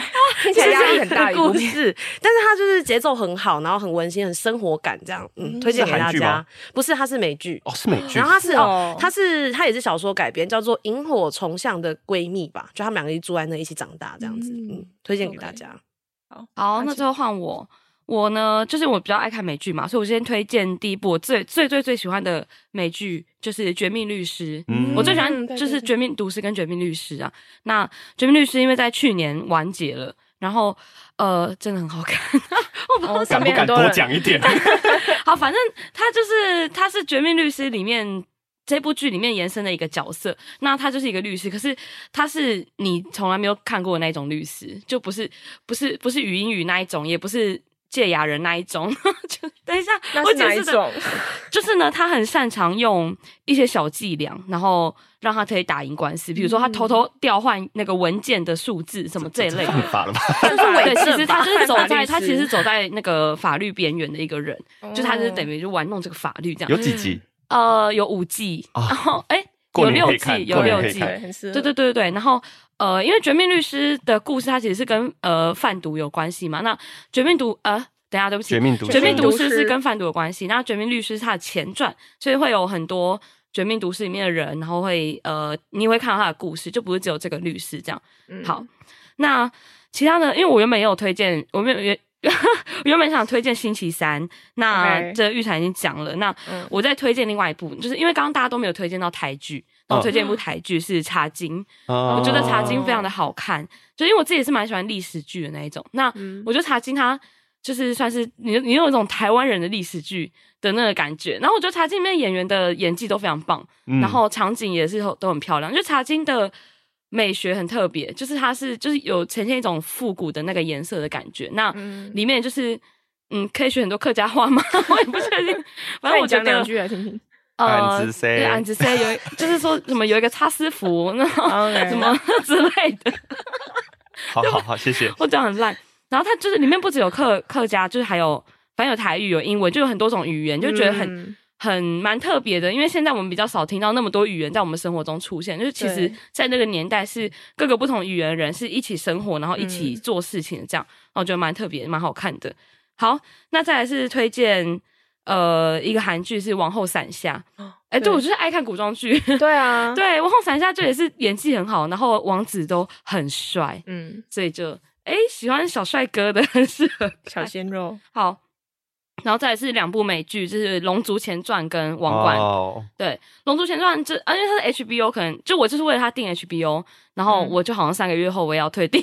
B: 听起来压力很大
D: 的
B: 一部
D: 故
B: 片
D: 事。但是他就是节奏很好，然后很温馨，很生活感，这样嗯，推荐给大
C: 是韩剧吗
D: 家。不是，他是美剧。
C: 哦，是美剧
D: 然后，他是
B: 哦
D: 哦，他是他也是小说改编，叫做《萤火虫巷的闺蜜》吧，就他们两个一住在那一起长大这样子，
B: 嗯
D: 嗯，推荐给大
B: OK
D: 家。
A: 好，那最后换我。我呢，就是我比较爱看美剧嘛，所以我先推荐第一部我最最最最喜欢的美剧就是《绝命律师》。
C: 嗯
A: 我最喜
B: 嗯
A: 欢
B: 对
A: 就是
B: 对
A: 《
B: 对
A: 绝命毒师》跟《绝命律师》啊。那《绝命律师》因为在去年完结了，然后呃，真的很好看。我不知道
B: 哦
E: 敢
A: 怎么
E: 不
B: 身边
E: 敢
B: 很多
E: 多
B: 人
E: 讲一点？
A: 好，反正他就是他是《绝命律师》里面这部剧里面延伸的一个角色。那他就是一个律师，可是他是你从来没有看过的那一种律师，就不是不是不是语音语那一种，也不是戒牙人那一种。就等一下，
B: 那
A: 我
B: 是
A: 解
B: 哪一
A: 释的
B: 种？
A: 就是呢，他很擅长用一些小伎俩，然后让他可以打赢官司。比如说，他偷偷调换那个文件的数字，什么这一类的。
E: 犯法了 吧？
B: 就是
A: 对，其实他就是走在他其实
B: 实
A: 走在那个法律边缘的一个人，
B: 哦
A: 就他就是等于就玩弄这个法律这
C: 有
A: 样。
C: 几集？
A: 哦呃，有五季，
C: 啊
A: 然后哎，
C: 过
A: 有
C: 年
A: 六
C: 可以看
A: 季，有
C: 过年
A: 六
C: 可以
A: 季，
B: 对，很适合。
A: 对对对对对，然后呃，因为《绝命律师》的故事它其实是跟呃贩毒有关系嘛，那《绝命毒》呃，等一下对不起，
C: 绝命毒师
A: 绝命毒
B: 绝命
A: 师
B: 毒师
A: 是跟贩毒有关系，那《绝命律师》是它的前传，所以会有很多《绝命毒师》里面的人，然后会呃，你会看到他的故事，就不是只有这个律师这样。
B: 嗯
A: 好，那其他的，因为我原本也有推荐，我原原 我原本想推荐星期三，那
B: OK
A: 这玉蝉已经讲了，那
B: 嗯
A: 我再推荐另外一部，就是因为刚刚大家都没有推荐到台剧，那我
C: 嗯
A: 推荐一部台剧是《茶经》，
C: 我
A: 我觉得《茶
B: 几
A: 经》非常的好看，就因为我自己也是蛮喜欢历史剧的那一种。那
B: 嗯
A: 我觉得《茶经》它就是算是你你有一种台湾人的历史剧的那个感觉，然后我觉得《茶经》里面演员的演技都非常棒，
C: 嗯
A: 然后场景也是都很漂亮。就《茶经》的美学很特别，就是它是就是有呈现一种复古的那个颜色的感觉。那
B: 嗯
A: 里面就是嗯，可以学很多客家话吗？ 我也不确定，反
B: 那
A: 正
B: 你
A: 我觉
B: 讲两
A: 得
B: 句来啊 听听。
A: 呃，
C: 俺之塞
A: 对，俺之塞有一，就是说什么有一个擦丝服，那
B: OK
A: 哦什么
B: 嗯
A: 之类的，
C: 好好好，谢谢。
A: 我讲很烂。然后它就是里面不只有客客家，就是还有反正有台语、有英文，就有很多种语言，就觉得很、
B: 嗯
A: 很蛮特别的。因为现在我们比较少听到那么多语言在我们生活中出现，就是其实
B: 对
A: 在那个年代是各个不同语言的人是一起生活，然后一起
B: 嗯
A: 做事情的这样，然后我觉得蛮特别、蛮好看的。好，那再来是推荐。呃，一个韩剧是《王后伞下》，哎、对
B: 哦对
A: 我就是爱看古装剧，
B: 对啊，
A: 对，王后伞下这也是演技很好，然后王子都很帅，
B: 嗯，
A: 所以就哎、喜欢小帅哥的很适合
B: 小
A: 看
B: 鲜肉，
A: 好。然后再来是两部美剧，就是《龙族前传》跟《王冠》
C: 哦
A: 对，《龙族前传》这，啊，因为它是 HBO，可能就我就是为了它订 HBO，然后
B: 嗯
A: 我就好像三个月后我也要退订。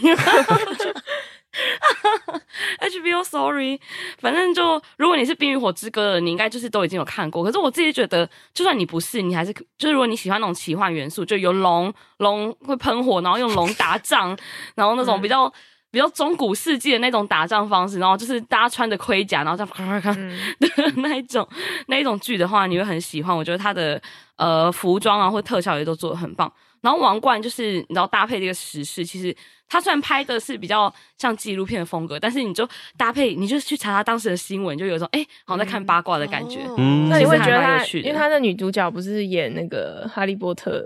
A: HBO，sorry，反正就如果你是《冰与火之歌》的，你应该就是都已经有看过。可是我自己觉得，就算你不是，你还是就是如果你喜欢那种奇幻元素，就有龙，龙会喷火，然后用龙打仗，然后那种比较比较中古世纪的那种打仗方式，然后就是大家穿着盔甲，然后这样咔咔咔 的那一种那一种剧的话，你会很喜欢。我觉得它的呃服装啊或特效也都做的很棒。然后《王冠》就是你知道搭配这个时事，其实它虽然拍的是比较像纪录片的风格，但是你就搭配，你就去查它当时的新闻，就有一种哎、好像在看八卦的感
D: 哦
A: 觉。
C: 嗯
B: 那你会觉得
A: 其实还蛮
B: 她
A: 有，趣的
B: 因为她的女主角不是演那个《哈利波特》，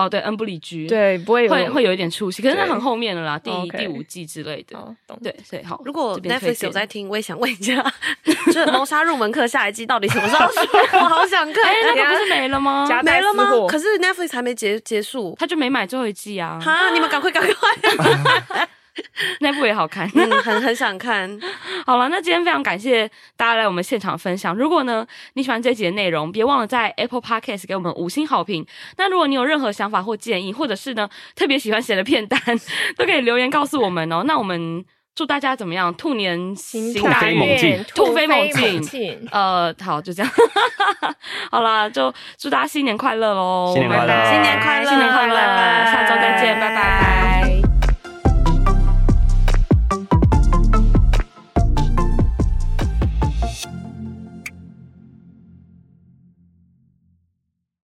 A: 哦，对，恩布里居，，
B: 对，不会有
A: 会会有一点出戏，可是那
B: 对
A: 很后面了啦，第一、
B: OK
A: 第五季之类的。
B: 哦，懂
A: 对，所以好，
D: 如果
A: 这边推
D: Netflix
A: 荐
D: 有在听，我也想问一下， 就是《谋杀入门课》下一季到底什么时候出？ 我好想看
A: 哎、，那个不是没了吗？
B: 加
D: 没了嗯吗
B: 大私？货
D: 可是 Netflix 还没结结束，
A: 他就没买最后一季啊，
D: 哈，你们赶快赶快，
A: 那部也好看。
D: 嗯，很很想看，
A: 好了，那今天非常感谢大家来我们现场分享。如果呢你喜欢这集的内容，别忘了在 Apple Podcast 给我们五星好评。那如果你有任何想法或建议，或者是呢特别喜欢谁的片单，都可以留言告诉我们哦。那我们祝大家怎么样？兔年行
C: 兔
A: 大
C: 飞
A: 运
C: 猛进
A: 兔飞猛进
B: 进，
A: 呃，好，就这样。 好啦，就祝大家新年快乐喽！
C: 新年快乐
A: 拜拜
C: 新年
D: 快乐
A: 新年快乐！
D: 拜拜
A: 下周再见，拜拜。
B: 拜。